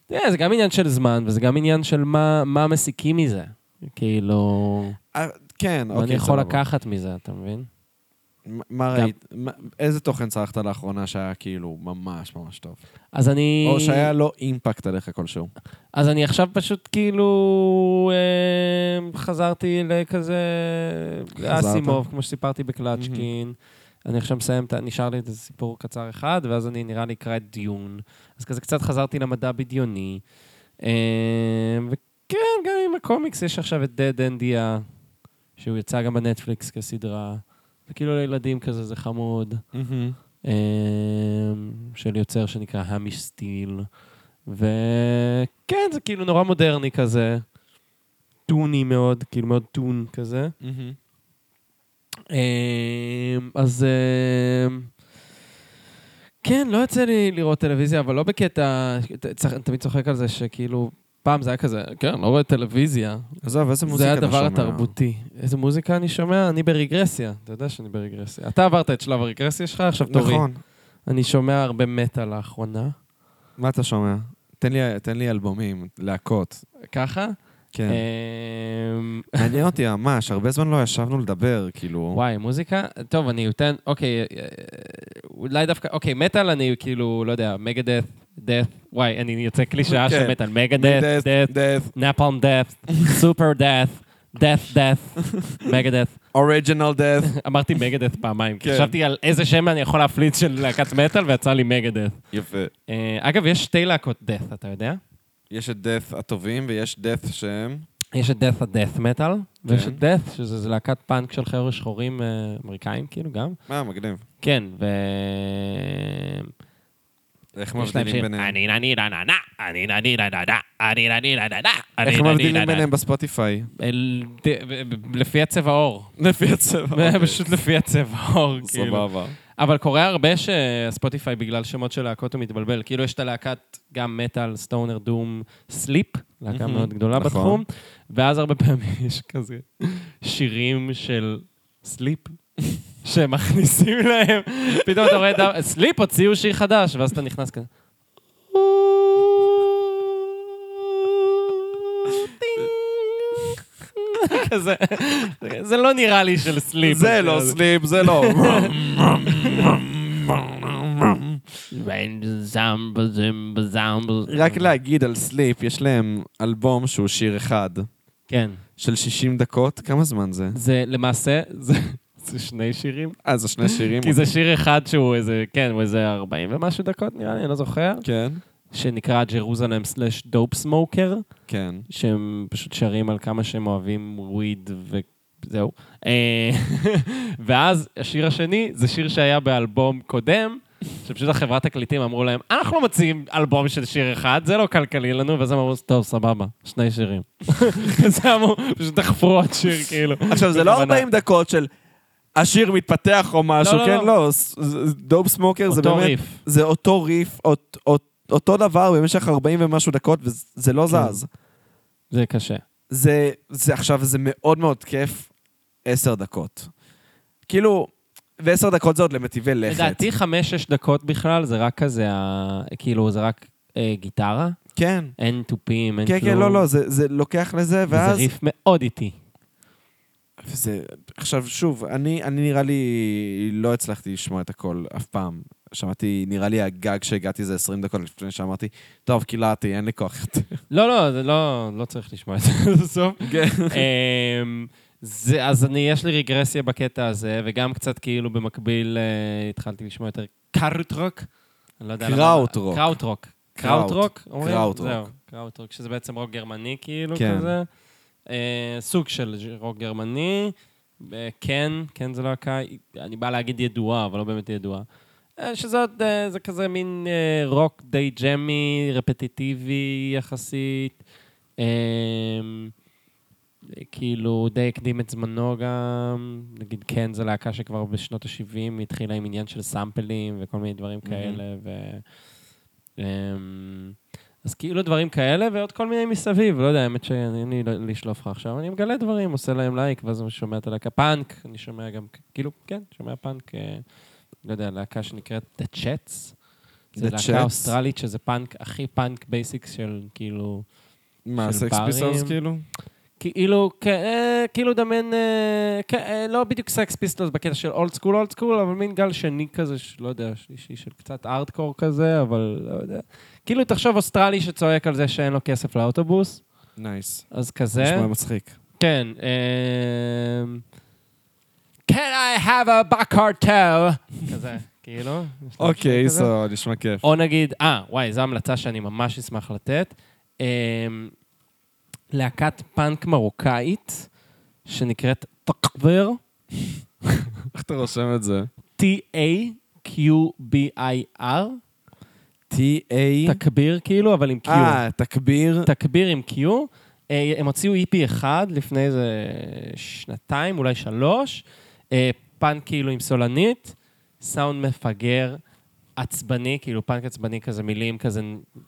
S2: תראה, זה גם עניין של זמן, וזה גם עניין של מה, מה מסיקים מזה. כאילו,
S1: כן,
S2: מה
S1: אוקיי,
S2: אני יכול
S1: סבבה.
S2: לקחת מזה, אתה מבין?
S1: מה- מה
S2: גם-
S1: ראית? מה- איזה תוכן צרכת לאחרונה שהיה כאילו ממש ממש טוב?
S2: אז אני...
S1: או שהיה לו אימפקט עליך כלשהו?
S2: אז אני עכשיו פשוט כאילו אה, חזרתי לכזה...
S1: חזרת?
S2: אסימוב, כמו שסיפרתי בקלצ'קין. אני עכשיו מסיים, את ה- נשאר לי איזה סיפור קצר אחד, ואז אני נראה לי אקרא את דיון. אז כזה קצת חזרתי למדע בדיוני. אה, וכן, גם עם הקומיקס יש עכשיו את Dead India, שהוא יצא גם בנטפליקס כסדרה. וכאילו לילדים כזה, זה חמוד. אמ, של יוצר שנקרא המיש סטיל. וכן, זה כאילו נורא מודרני כזה. טוני מאוד, כאילו מאוד טון כזה. אמ, אז אמ, כן, לא יוצא לי לראות טלוויזיה, אבל לא בקטע... ת- צח- אני תמיד צוחק על זה שכאילו, פעם זה היה כזה, כן, לא רואה טלוויזיה.
S1: עזוב, איזה
S2: זה
S1: מוזיקה אתה שומע?
S2: הדבר התרבותי. איזה מוזיקה אני שומע? אני ברגרסיה. אתה יודע שאני ברגרסיה. אתה עברת את שלב הרגרסיה שלך, עכשיו תורי.
S1: נכון.
S2: אני שומע הרבה מטאל לאחרונה.
S1: מה אתה שומע? תן לי, תן לי אלבומים, להקות.
S2: ככה?
S1: כן.
S2: אמ,
S1: מעניין אותי ממש, הרבה זמן לא ישבנו לדבר, כאילו...
S2: וואי, מוזיקה? טוב, אני אתן, אוקיי, אה, אולי דווקא, אוקיי, מטאל אני כאילו, לא יודע, מגדף, death, וואי, אני יוצא קלישאה
S1: כן.
S2: שמת על מגה death, death,
S1: death,
S2: נפלם death, סופר death, death death, מגה death.
S1: אוריג'ינל death.
S2: אמרתי מגה death פעמיים, כי
S1: כן.
S2: חשבתי על איזה שם אני יכול להפליץ של להקת מטאל, ויצא לי מגה death.
S1: יפה.
S2: אה, אגב, יש שתי להקות death, אתה יודע?
S1: יש את death הטובים ויש death שהם...
S2: יש את death ה-death metal, ויש
S1: כן.
S2: את death, שזה זה להקת פאנק של חבר'ה שחורים אה, אמריקאים, כאילו, גם.
S1: מה, מגניב.
S2: כן, ו...
S1: איך
S2: יש להם
S1: מבדילים
S2: שיר,
S1: ביניהם?
S2: אני נני ננה ננה, אני נני ננה ננה, אני נני ננה ננה, אני
S1: איך
S2: נני
S1: מבדילים
S2: ננה.
S1: ביניהם בספוטיפיי?
S2: אל- ת- ב- ב- לפי הצבע עור.
S1: לפי הצבע.
S2: *laughs* פשוט לפי הצבע עור, כאילו.
S1: סבבה.
S2: אבל קורה הרבה שספוטיפיי, בגלל שמות של להקות, הוא מתבלבל. כאילו, יש את הלהקת גם מטאל, סטונר, דום, סליפ, להקה
S1: מהמם.
S2: מאוד גדולה
S1: נכון.
S2: בתחום, ואז הרבה פעמים *laughs* יש כזה שירים של
S1: *laughs*
S2: סליפ. שמכניסים להם, פתאום אתה רואה את ה- סליפ הוציאו שיר חדש, ואז אתה נכנס
S1: *laughs*
S2: כזה. כזה, זה לא נראה לי של סליפ. כאילו.
S1: זה לא סליפ, זה
S2: *laughs*
S1: לא. רק להגיד על סליפ, יש להם אלבום שהוא שיר אחד,
S2: כן.
S1: של 60 דקות, כמה זמן זה?
S2: זה למעשה, זה זה שני שירים.
S1: אה, זה שני שירים.
S2: כי זה שיר אחד שהוא איזה, כן, הוא איזה 40 ומשהו דקות נראה לי, אני לא זוכר.
S1: כן,
S2: שנקרא ג'רוזלם סלאש דופ סמוקר,
S1: כן.
S2: שהם פשוט שרים על כמה שהם אוהבים וויד וזהו. אה, ואז השיר השני זה שיר שהיה באלבום קודם, שפשוט החברת תקליטים אמרו להם, אנחנו לא מציעים אלבום של שיר אחד, זה לא כלכלי לנו, ואז הם אמרו, טוב, סבבה, שני שירים. *laughs* אז הם אמרו, פשוט דחפו עוד שיר, כאילו.
S1: *laughs* עכשיו, זה לא
S2: בכוונה.
S1: 40 דקות של השיר מתפתח או משהו,
S2: לא,
S1: כן?
S2: לא.
S1: לא, דוב סמוקר זה
S2: אותו
S1: באמת...
S2: ריף.
S1: זה אותו ריף, אות- אות- אותו דבר במשך 40 ומשהו דקות, וזה לא
S2: כן.
S1: זז.
S2: זה קשה.
S1: זה, זה עכשיו, זה מאוד מאוד כיף, 10 דקות. כאילו, ו-10 דקות זה עוד למטיבי לכת.
S2: לדעתי חמש-שש דקות בכלל, זה רק כזה, ה- כאילו, זה רק אה, גיטרה.
S1: כן.
S2: אין תופים, אין
S1: כן,
S2: כלום.
S1: כן, לא, לא, זה, זה לוקח לזה, ואז...
S2: וזה ריף מאוד איטי.
S1: וזה, עכשיו, שוב, אני, אני נראה לי לא הצלחתי לשמוע את הכל אף פעם. שמעתי, נראה לי הגג שהגעתי זה 20 דקות לפני שאמרתי, טוב, קיללתי, אין לי כוח יותר.
S2: לא, לא, זה לא, לא צריך לשמוע את זה בסוף. אמ, זה, אז אני, יש לי רגרסיה בקטע הזה, וגם קצת כאילו במקביל אה, התחלתי לשמוע יותר קארוטרוק. אני לא יודע למה-
S1: קראוטרוק.
S2: קראוטרוק.
S1: קראוט.
S2: קראוטרוק, אומרים?
S1: קראוטרוק.
S2: זהו, קראוטרוק, שזה בעצם רוק גרמני כאילו
S1: כן.
S2: כזה. אה, סוג של ז'- רוק גרמני. אה, כן, כן זה להקה, אני בא להגיד ידועה, אבל לא באמת ידועה. אה, שזאת, אה, זה כזה מין אה, רוק די ג'מי, רפטיטיבי יחסית. אה, כאילו, די הקדים את זמנו גם. נגיד, כן, זו להקה שכבר בשנות ה-70 התחילה עם עניין של סאמפלים וכל מיני דברים
S1: Mhm.
S2: כאלה. ו... אמ, אז כאילו דברים כאלה, ועוד כל מיני מסביב, לא יודע, האמת שאין לי לא- לשלוף לך עכשיו, אני מגלה דברים, עושה להם לייק, ואז אני שומע את הלהקה פאנק, אני שומע גם, כאילו, כן, שומע פאנק, אה, לא יודע, להקה שנקראת The Chats. זו
S1: The
S2: להקה
S1: Chats?
S2: אוסטרלית שזה פאנק, הכי פאנק בייסיקס של כאילו...
S1: מה,
S2: של
S1: סקס
S2: ברים.
S1: פיסטלס כאילו?
S2: כאילו, כ- אה, כאילו דמיין, אה, כ- אה, לא בדיוק סקס פיסטולס בקטע של אולד סקול, אולד סקול, אבל מין גל שני כזה, של- לא יודע, שלישי של קצת ארדקור כזה, אבל לא יודע. כאילו, תחשוב אוסטרלי שצועק על זה שאין לו כסף לאוטובוס,
S1: נייס.
S2: אז כזה.
S1: נשמע מצחיק.
S2: כן, אמ, can I have a בקרטל? כזה, כאילו. יש להם שיר
S1: אוקיי,
S2: כזה.
S1: סו, נשמע כיף.
S2: או נגיד, אה, וואי, זו המלצה שאני ממש אשמח לתת. אמ, להקת פאנק מרוקאית, שנקראת תקבר, אוקיי.
S1: איך אתה רושם את זה?
S2: T-A-Q-B-I-R,
S1: T-A...
S2: תקביר כאילו, אבל עם Q.
S1: אה, תקביר.
S2: תקביר עם Q. אה, הם הוציאו EP אחד לפני איזה שנתיים, אולי שלוש. אה, פאנק כאילו עם סולנית, סאונד מפגר, עצבני, כאילו פאנק עצבני כזה, מילים כזה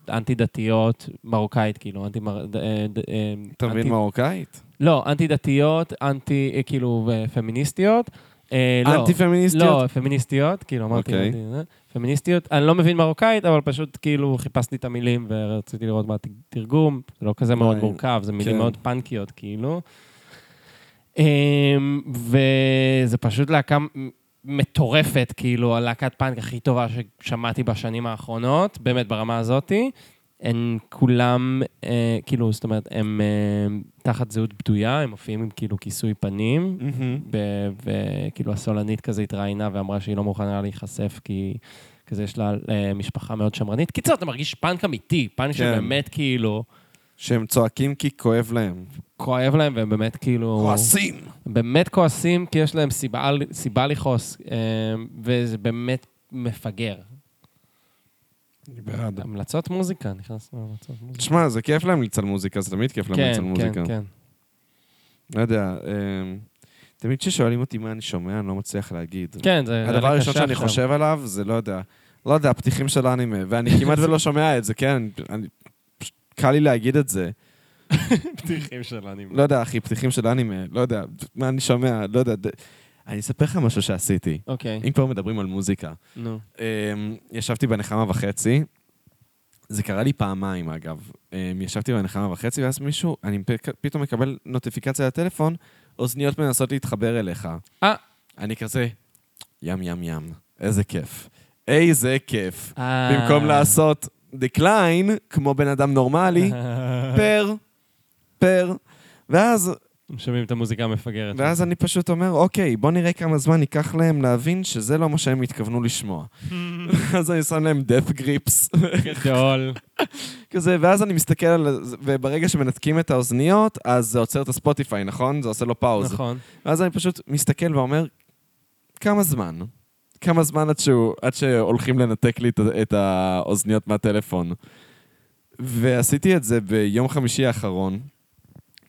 S2: אנטי-דתיות, מרוקאית כאילו, אנטי... מר- ד- אה, ד- אה,
S1: אתה מבין
S2: אנטי-
S1: מרוקאית?
S2: לא, אנטי-דתיות, אנטי, אה, כאילו, אה, פמיניסטיות. אה, לא.
S1: אנטי פמיניסטיות?
S2: לא, פמיניסטיות, כאילו, אמרתי,
S1: אוקיי.
S2: אמרתי, אה, פמיניסטיות. אני לא מבין מרוקאית, אבל פשוט כאילו חיפשתי את המילים ורציתי לראות מה התרגום. זה לא כזה מאוד
S1: אה,
S2: מורכב, זה מילים
S1: כן.
S2: מאוד פאנקיות, כאילו. אמ, וזה פשוט להקה מטורפת, כאילו, הלהקת פאנק הכי טובה ששמעתי בשנים האחרונות, באמת ברמה הזאתי. הם כולם, אה, כאילו, זאת אומרת, הם אה, תחת זהות בדויה, הם מופיעים עם כאילו כיסוי פנים, וכאילו כאילו הסולנית כזה התראיינה ואמרה שהיא לא מוכנה להיחשף כי כזה יש לה אה, משפחה מאוד שמרנית. קיצור, אתה מרגיש פאנק אמיתי, פאנק
S1: כן.
S2: שבאמת כאילו
S1: שהם צועקים כי כואב להם.
S2: כואב להם והם באמת כאילו...
S1: כועסים!
S2: הם באמת כועסים כי יש להם סיבה, סיבה לכעוס, אה, וזה באמת מפגר.
S1: אני בעד.
S2: המלצות מוזיקה, נכנסנו להמלצות מוזיקה.
S1: תשמע, זה כיף להם לצלם מוזיקה, זה תמיד כיף להם לצלם מוזיקה.
S2: כן, כן.
S1: לא יודע, אמ, תמיד כששואלים אותי מה אני שומע, אני לא מצליח להגיד.
S2: כן, זה...
S1: הדבר
S2: היה
S1: הראשון
S2: קשה
S1: שאני
S2: עכשיו.
S1: חושב עליו זה, לא יודע, לא יודע, הפתיחים של האנימה, ואני כמעט ולא שומע את זה, כן, אני- אני... פשוט קל לי להגיד את זה.
S2: פתיחים של אני...
S1: לא יודע, אחי, פתיחים של אנימה, לא יודע, מה אני שומע, לא יודע. ד- אני אספר לך משהו שעשיתי.
S2: אוקיי,
S1: אם כבר מדברים על מוזיקה.
S2: נו.
S1: אמ, ישבתי בנחמה וחצי, זה קרה לי פעמיים אגב. אמ, ישבתי בנחמה וחצי, ואז מישהו, אני פ- פתאום מקבל נוטיפיקציה לטלפון, אוזניות מנסות להתחבר אליך.
S2: אה.
S1: אני כזה, ים ים ים, איזה כיף. איזה כיף.
S2: אה.
S1: במקום לעשות דקליין, כמו בן אדם
S2: *laughs*
S1: נורמלי, פר, פר. ואז
S2: שומעים את המוזיקה המפגרת.
S1: ואז אני פשוט אומר, אוקיי, בוא נראה כמה זמן ייקח להם להבין שזה לא מה שהם התכוונו לשמוע. ואז אני שם להם death grips,
S2: *laughs*
S1: *laughs*
S2: גדול.
S1: כזה, ואז אני מסתכל על זה, וברגע שמנתקים את האוזניות, אז זה עוצר את הספוטיפיי, נכון? זה עושה לו פאוז.
S2: נכון.
S1: ואז אני פשוט מסתכל ואומר, כמה זמן? כמה זמן עד, שהוא, עד שהולכים לנתק לי את, ה- את האוזניות מהטלפון. ועשיתי את זה ביום חמישי האחרון.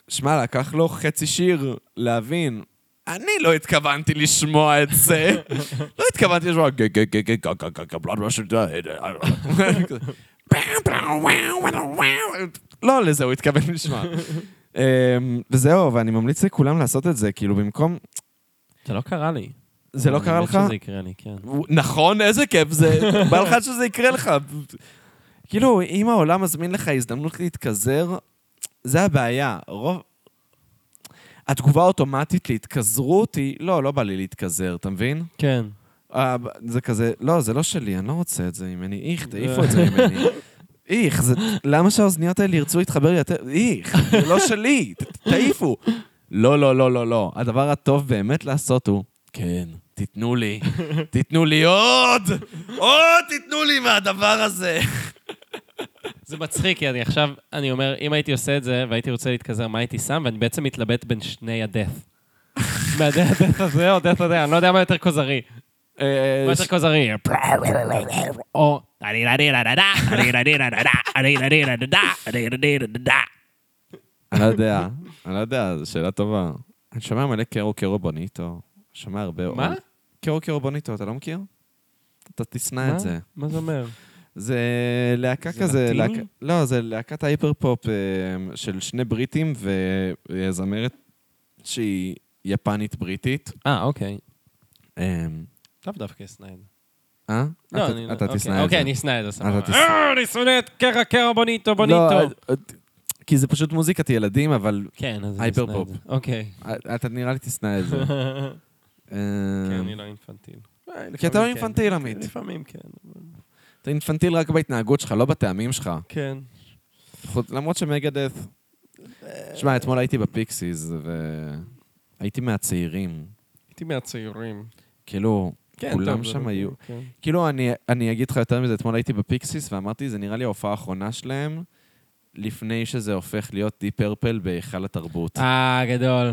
S1: שמע, לקח לו חצי שיר להבין. אני לא התכוונתי לשמוע את זה. לא התכוונתי לשמוע... "גה, גה, גה, גה, גה, גה, גה, גה, blood rush to the head." כזה, "באו, באו, וואו, וואו, וואו." לא לזה הוא התכוון לשמוע. אמ, וזהו, ואני ממליץ לכולם לעשות את זה, כאילו במקום...
S2: זה לא קרה לי.
S1: זה לא
S2: אני
S1: קרה
S2: מת
S1: לך?
S2: שזה יקרה לי, כן.
S1: נכון, איזה כיף זה, *laughs* בא לך שזה יקרה לך. כאילו, אם העולם מזמין לך הזדמנות להתכזר, זה הבעיה. רוב... התגובה האוטומטית להתכזרות היא, לא, לא בא לי להתכזר, אתה מבין?
S2: כן.
S1: אה, ב- זה כזה, לא, זה לא שלי, אני לא רוצה את זה ממני. *laughs* איך, תעיפו את זה ממני. איך, זה, למה שהאוזניות האלה ירצו להתחבר לי יותר? איך, זה לא שלי, ת- תעיפו. לא, לא, לא, לא, לא. הדבר הטוב באמת לעשות הוא, כן, תיתנו לי, תיתנו לי עוד, עוד תיתנו לי מהדבר הזה.
S2: זה מצחיק, כי אני עכשיו, אני אומר, אם הייתי עושה את זה והייתי רוצה להתכזר, מה הייתי שם? ואני בעצם מתלבט בין
S1: *laughs*
S2: שני הדף. מהדף הזה או הדף הזה, אני לא יודע מה יותר כוזרי.
S1: אה,
S2: מה יותר כוזרי? או...
S1: אני לא יודע, אני לא יודע, זו שאלה טובה. אני שומע מלא קרו קרו בוניטו. שומע הרבה...
S2: מה?
S1: קרו קרו בוניטו, אתה לא מכיר? אתה
S2: אה?
S1: תשנא את זה.
S2: מה זה אומר?
S1: זה להקה
S2: זה
S1: כזה,
S2: לטיני?
S1: להק... לא, זה להקת ההיפר-פופ אה, של שני בריטים וזמרת שהיא יפנית-בריטית.
S2: אה, אוקיי.
S1: אה?
S2: לאו דווקא סנייד.
S1: אה?
S2: לא,
S1: אתה-
S2: אני לא-
S1: אתה
S2: אוקיי,
S1: תשנא את זה.
S2: אוקיי, אני אשנא את זה, סבבה.
S1: אתה תשנא.
S2: אה, אני שונא את קרע קרע בוניטו
S1: לא,
S2: בוניטו.
S1: אה, כי זה פשוט מוזיקת ילדים, אבל
S2: כן, אז אני אשנא את זה.
S1: הייפר-פופ.
S2: אוקיי.
S1: אה, אתה נראה לי תשנא את
S2: *laughs*
S1: זה. אה,
S2: כן, אני כן. לא אינפנטיל.
S1: כי אתה לא אינפנטיל, עמית.
S2: לפעמים כן.
S1: אתה אינפנטיל רק בהתנהגות שלך, לא בטעמים שלך.
S2: כן.
S1: חוץ- למרות שמגדף...
S2: אה,
S1: שמע, אתמול הייתי בפיקסיס, והייתי מהצעירים.
S2: הייתי מהצעירים. כן.
S1: כאילו, כולם שם היו- כאילו, אני, אני אגיד לך יותר מזה, אתמול הייתי בפיקסיס ואמרתי, זה נראה לי ההופעה האחרונה שלהם, לפני שזה הופך להיות די פרפל בהיכל התרבות.
S2: אה, גדול.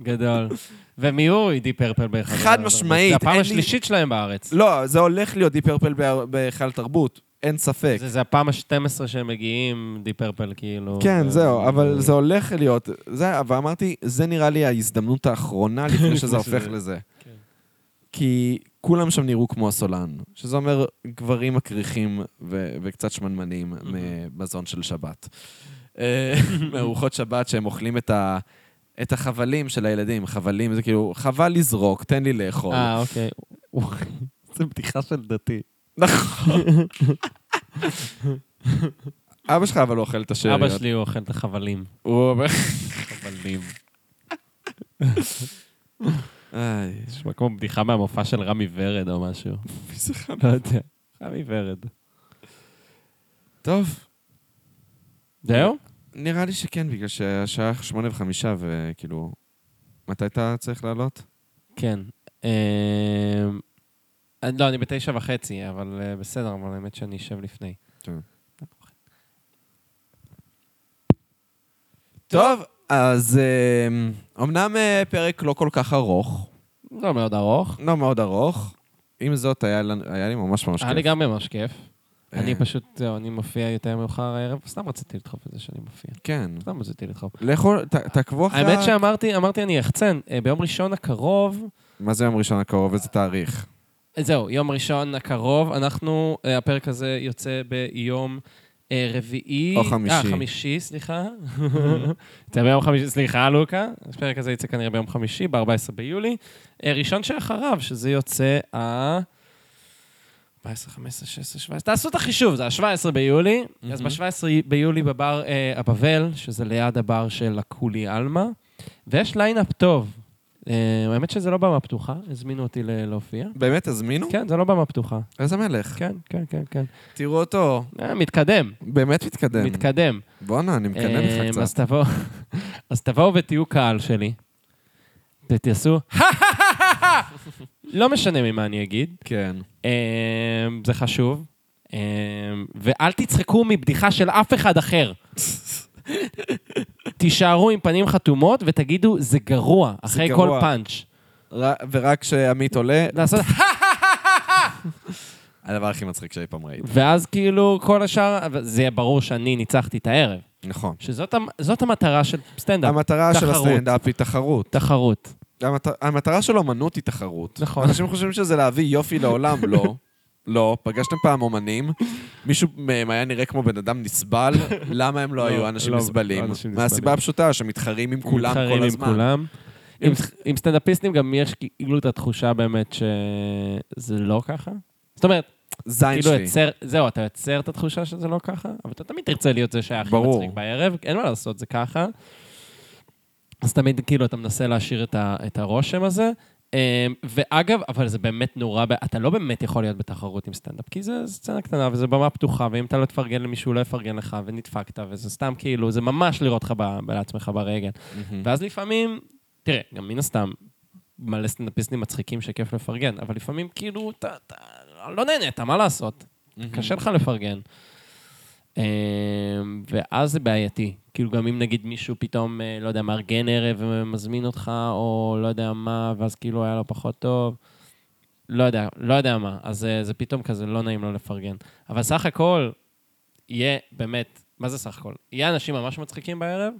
S2: גדול. ומי הוא די פרפל בהחלט?
S1: חד משמעית,
S2: זה הפעם
S1: אין לי-
S2: השלישית שלהם בארץ.
S1: לא, זה הולך להיות די פרפל בה- בהיכל תרבות, אין ספק.
S2: זה זה הפעם ה-12 שהם מגיעים, די פרפל, כאילו.
S1: כן,
S2: ו-
S1: זהו, אבל
S2: ו-
S1: זה הולך להיות, זה, ואמרתי, זה נראה לי ההזדמנות
S2: *laughs*
S1: האחרונה לפני שזה
S2: לפני
S1: הופך
S2: שזה-
S1: לזה.
S2: כן.
S1: כי כולם שם נראו כמו הסולן, שזה אומר גברים מקריחים ו- וקצת שמנמנים ממזון של שבת. אה, *laughs* מארוחות שבת שהם אוכלים את, ה- את החבלים של הילדים, חבלים זה כאילו, חבל לזרוק, תן לי לאכול. *laughs*
S2: אה, אוקיי. זו בדיחה של דתי.
S1: נכון. *laughs* אבא שלך אבל אוכל את השאריות.
S2: אבא שלי הוא אוכל את החבלים.
S1: הוא אומר...
S2: חבלים.
S1: איי,
S2: נשמע כמו בדיחה מהמופע של רמי ורד או משהו.
S1: מי זה חם?
S2: לא יודע. רמי ורד.
S1: טוב,
S2: זהו?
S1: נראה לי שכן, בגלל שהשעה שמונה וחמישה, וכאילו... מתי אתה צריך לעלות?
S2: כן. אמ, אני- לא, אני בתשע וחצי, אבל אה, בסדר, אבל האמת שאני אשב לפני.
S1: טוב, אז אמ, אמנם אה, פרק לא כל כך ארוך,
S2: לא מאוד ארוך.
S1: לא מאוד ארוך. עם זאת, היה לנו- היה לי ממש ממש כיף.
S2: היה לי גם ממש כיף.
S1: אה,
S2: אני פשוט, זהו, אני מופיע יותר מאוחר הערב, סתם רציתי לדחוף את זה שאני מופיע.
S1: כן.
S2: סתם רציתי לדחוף.
S1: לכו, ת- תעקבו אחרי...
S2: האמת שאמרתי, אמרתי אני אחצן, אה, ביום ראשון הקרוב,
S1: מה זה יום ראשון הקרוב? איזה תאריך?
S2: אה, זהו, יום ראשון הקרוב, אנחנו, אה, הפרק הזה יוצא ביום אה, רביעי.
S1: או חמישי.
S2: אה, חמישי, סליחה. *laughs* יוצא ביום חמישי, סליחה, לוקה. הפרק הזה יצא כנראה ביום חמישי, ב-14 ביולי. אה, ראשון שאחריו, שזה יוצא ה... 14, 15, 16, 17, תעשו את החישוב, זה ה-17 ביולי. אז
S1: מהמם.
S2: ב-17 ביולי בבר אה, הבבל, שזה ליד הבר של הקולי עלמה, ויש ליינאפ טוב. אה, האמת שזה לא במה פתוחה, הזמינו אותי ל- להופיע.
S1: באמת, הזמינו?
S2: כן, זה לא במה פתוחה.
S1: איזה מלך.
S2: כן, כן, כן, כן.
S1: תראו אותו.
S2: אה, מתקדם,
S1: באמת מתקדם.
S2: מתקדם.
S1: בואנה, אני מקנא
S2: אמ,
S1: בך
S2: אז
S1: כן. קצת.
S2: תבואו- *laughs* אז תבואו ותהיו קהל שלי. ותעשו... לא משנה ממה אני אגיד,
S1: כן.
S2: אמ, זה חשוב. אמ, ואל תצחקו מבדיחה של אף אחד אחר. תישארו עם פנים חתומות ותגידו, זה גרוע, אחרי כל
S1: גרוע."
S2: פאנץ'.
S1: ר- ורק כשעמית עולה,
S2: לעשות...
S1: הדבר הכי מצחיק שאי פעם ראיתי.
S2: ואז כאילו כל השאר, אבל זה יהיה ברור שאני ניצחתי את הערב.
S1: נכון.
S2: שזאת המ- זאת המטרה של סטנדאפ,
S1: המטרה של
S2: תחרות.
S1: הסטנדאפ היא תחרות.
S2: תחרות.
S1: המט- המטרה של אומנות היא תחרות.
S2: נכון.
S1: אנשים חושבים שזה להביא יופי לעולם, לא. לא. פגשתם פעם אומנים, מישהו מהם היה נראה כמו בן אדם נסבל,
S2: *laughs*
S1: למה הם לא
S2: לא,
S1: היו אנשים
S2: לא,
S1: נסבלים?
S2: אנשים נסבלים.
S1: מהסיבה הפשוטה, שמתחרים עם כולם
S2: מתחרים
S1: כל
S2: עם
S1: הזמן.
S2: כולם. עם- עם סטנדאפיסטים גם יש כאילו את התחושה באמת שזה לא ככה. זאת אומרת,
S1: זין
S2: כאילו
S1: שלי.
S2: יוצר, זהו, אתה יוצר את התחושה שזה לא ככה, אבל אתה תמיד תרצה להיות זה שהיה הכי
S1: ברור.
S2: מצחיק בערב, אין מה לעשות, זה ככה. אז תמיד כאילו אתה מנסה להשאיר את, ה, את הרושם הזה. אמ, ואגב, אבל זה באמת נורא, ב- אתה לא באמת יכול להיות בתחרות עם סטנדאפ, כי זה סצנה קטנה וזה במה פתוחה, ואם אתה לא תפרגן למישהו, הוא לא יפרגן לך, ונדפקת, וזה סתם כאילו, זה ממש לראות לך ב- לעצמך ברגל.
S1: מהמם.
S2: ואז לפעמים, תראה, גם מן הסתם, מלא סטנדאפיסטים מצחיקים שכיף לפרגן, אבל לפעמים כאילו, אתה, אתה לא נהנית, מה לעשות? Mm-hmm. קשה לך לפרגן. אמ, ואז זה בעייתי. כאילו, גם אם נגיד מישהו פתאום, אה, לא יודע, מארגן ערב ומזמין אותך, או לא יודע מה, ואז כאילו היה לו פחות טוב. לא יודע, לא יודע מה. אז אה, זה פתאום כזה לא נעים לו לפרגן. אבל סך הכל, יהיה באמת, מה זה סך הכל? יהיה אנשים ממש מצחיקים בערב,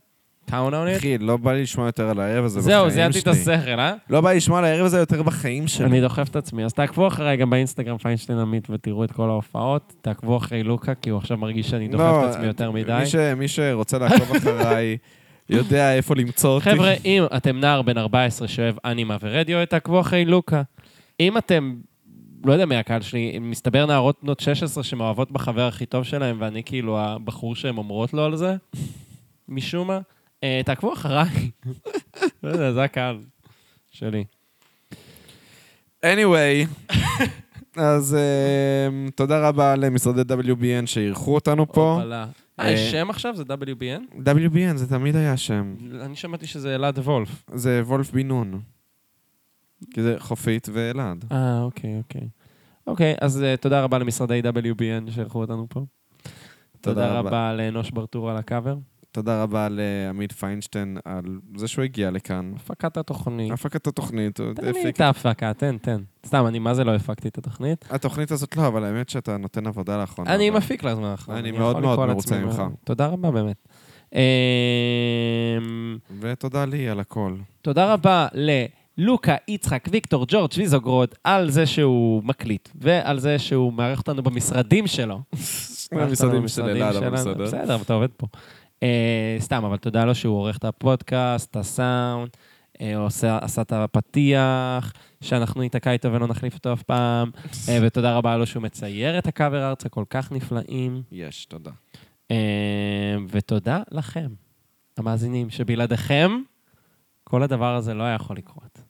S2: count on it.
S1: אחי, לא בא לי לשמוע יותר על הערב הזה בחיים
S2: זהו,
S1: שלי.
S2: זיינתי את השכל, אה?
S1: לא בא לי לשמוע על הערב הזה יותר בחיים שלי.
S2: אני דוחף את עצמי. אז תעקבו אחריי גם באינסטגרם פיינשטיין עמית ותראו את כל ההופעות. תעקבו אחרי לוקה, כי הוא עכשיו מרגיש שאני דוחף
S1: לא,
S2: את עצמי יותר מדי.
S1: מי ש- מי שרוצה לעקוב
S2: *laughs*
S1: אחריי, יודע איפה למצוא אותי.
S2: חבר'ה, אם אתם נער בן 14 שאוהב אנימה ורדיו, תעקבו אחרי לוקה. אם אתם, לא יודע מי הקהל שלי, מסתבר נערות בנות 16 שמאוהבות בחבר הכי טוב שלהם, ואני כאילו הבחור שהן אומרות לו על זה, משום מה, אה, תעקבו אחריי. *laughs* לא יודע, זה הקהל שלי.
S1: anyway, אז um, תודה רבה למשרדי WBN שאירחו אותנו פה.
S2: הופלה. אה, יש
S1: אה,
S2: שם עכשיו? זה WBN?
S1: WBN זה תמיד היה שם.
S2: אני שמעתי שזה אלעד וולף.
S1: זה וולף בן נון. כי זה חופית ואלעד.
S2: אה, אוקיי, אוקיי. אוקיי, אז אה, תודה רבה למשרדי WBN שאירחו אותנו פה. תודה
S1: רבה.
S2: רבה לאנוש ברטור על הקאבר.
S1: תודה רבה לעמית פיינשטיין על זה שהוא הגיע לכאן.
S2: הפקת התוכנית.
S1: הפקת התוכנית, הוא
S2: תן לי
S1: הפיק.
S2: את ההפקה, תן, תן. סתם, אני מה זה לא הפקתי את התוכנית.
S1: התוכנית הזאת לא, אבל האמת שאתה נותן עבודה לאחרונה.
S2: אני
S1: אבל-
S2: מפיק לזמן האחרון.
S1: אני
S2: יכול
S1: מאוד מאוד
S2: לקרוא
S1: מרוצה
S2: לעצמי
S1: ממך.
S2: מאוד. תודה רבה באמת. אמ,
S1: ותודה לי על הכל.
S2: תודה רבה ללוקה, יצחק, ויקטור, ג'ורג' ויזוגרוד, על זה שהוא מקליט, ועל זה שהוא מארח אותנו במשרדים שלו.
S1: שני המשרדים של אלעד, אבל
S2: שלנו.
S1: בסדר.
S2: בסדר, אבל אתה עובד פה. אה, סתם, אבל תודה לו שהוא עורך את הפודקאסט, את הסאונד, אה, הוא עושה- עשה את הפתיח, שאנחנו ניתקע איתו ולא נחליף אותו אף פעם, אה, ותודה רבה לו שהוא מצייר את הקאבר ארץ הכל כך נפלאים,
S1: יש, תודה.
S2: אה, ותודה לכם, המאזינים, שבלעדיכם כל הדבר הזה לא היה יכול לקרות.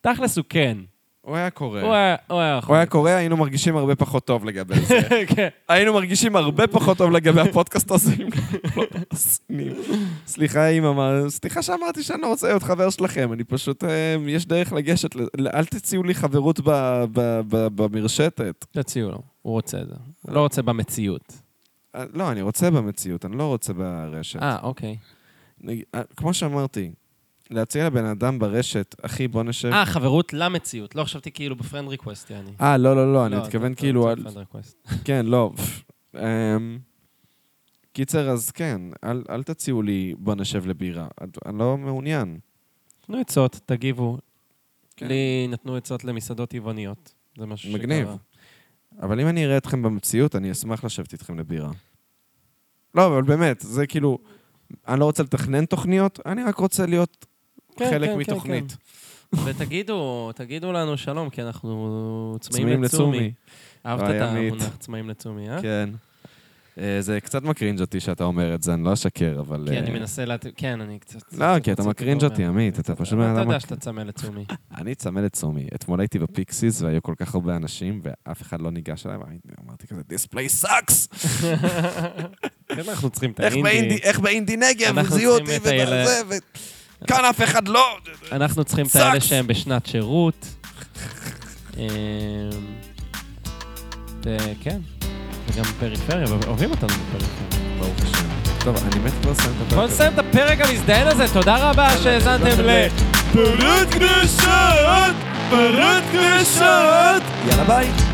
S2: תכלס הוא כן.
S1: הוא היה קורא.
S2: הוא היה- הוא היה
S1: נכון. הוא
S2: יכול.
S1: היה קורא, היינו מרגישים הרבה פחות טוב לגבי
S2: *laughs*
S1: זה.
S2: כן.
S1: היינו מרגישים הרבה פחות טוב לגבי הפודקאסט הזה. אם לא הסינים. סליחה, אימא, מה- סליחה שאמרתי שאני לא רוצה להיות חבר שלכם, אני פשוט, אה, יש דרך לגשת, ל- ל- אל תציעו לי חברות ב- ב- ב- במרשתת.
S2: תציעו לו, הוא רוצה את זה. הוא לא רוצה במציאות.
S1: אה, לא, אני רוצה במציאות, אני לא רוצה ברשת.
S2: אה, אוקיי.
S1: נגיד, אה, כמו שאמרתי, להציע לבן אדם ברשת, אחי, בוא נשב...
S2: אה, חברות למציאות. לא, חשבתי כאילו בפרנד ריקווסט, יעני.
S1: אה, לא, לא, לא, אני
S2: לא,
S1: מתכוון
S2: אתה-
S1: כאילו...
S2: אתה
S1: על-
S2: רוצה friend request.
S1: כן, לא. אמ, קיצר, אז כן, אל, אל תציעו לי בוא נשב לבירה. את- אני לא מעוניין.
S2: תנו עצות, תגיבו.
S1: כן.
S2: לי נתנו עצות למסעדות טבעוניות. זה משהו שקרה.
S1: מגניב. אבל אם אני אראה אתכם במציאות, אני אשמח לשבת איתכם לבירה. לא, אבל באמת, זה כאילו... אני לא רוצה לתכנן תוכניות, אני רק רוצה להיות
S2: כן,
S1: חלק
S2: כן, כן,
S1: מתוכנית.
S2: כן. ותגידו, תגידו לנו שלום, כי אנחנו צמאים
S1: צמאים
S2: לצומי.
S1: לצומי.
S2: אהבת
S1: וואי,
S2: את
S1: עמית.
S2: המונח צמאים לצומי, אה?
S1: כן. אה, זה קצת מקרינג' אותי שאתה אומר את זה, אני לא אשקר, אבל...
S2: כי
S1: אה,
S2: אני מנסה לת... כן, אני קצת...
S1: לא, כי אתה
S2: קצת
S1: מקרינג' אותי,
S2: אומר.
S1: עמית, אתה פשוט בן
S2: אתה
S1: אדם...
S2: יודע
S1: מק-
S2: שאתה צמא
S1: *laughs*
S2: לצומי.
S1: אני צמא לצומי. אתמול הייתי בפיקסיס והיו כל כך הרבה אנשים, ואף אחד לא ניגש אליי, ואני- אמרתי כזה, this place sucks!
S2: כן, אנחנו צריכים את
S1: איך באינדי-
S2: האינדי.
S1: איך באינדי נגב,
S2: אנחנו
S1: זיהו אותי
S2: צריכים את האלה-
S1: וזה, וכאן אף אחד לא!
S2: אנחנו צריכים את האלה
S1: Sucks.
S2: שהם בשנת שירות. אמ, וכן, וגם פריפריה, אוהבים אותנו בפריפריה.
S1: ברוך השם. טוב, אני מת כבר לסיים את הפרק.
S2: בואו נסיים את הפרק המזדיין הזה, תודה רבה שהאזנתם ל...
S1: פרות קדושות! פרות קדושות! יאללה ביי!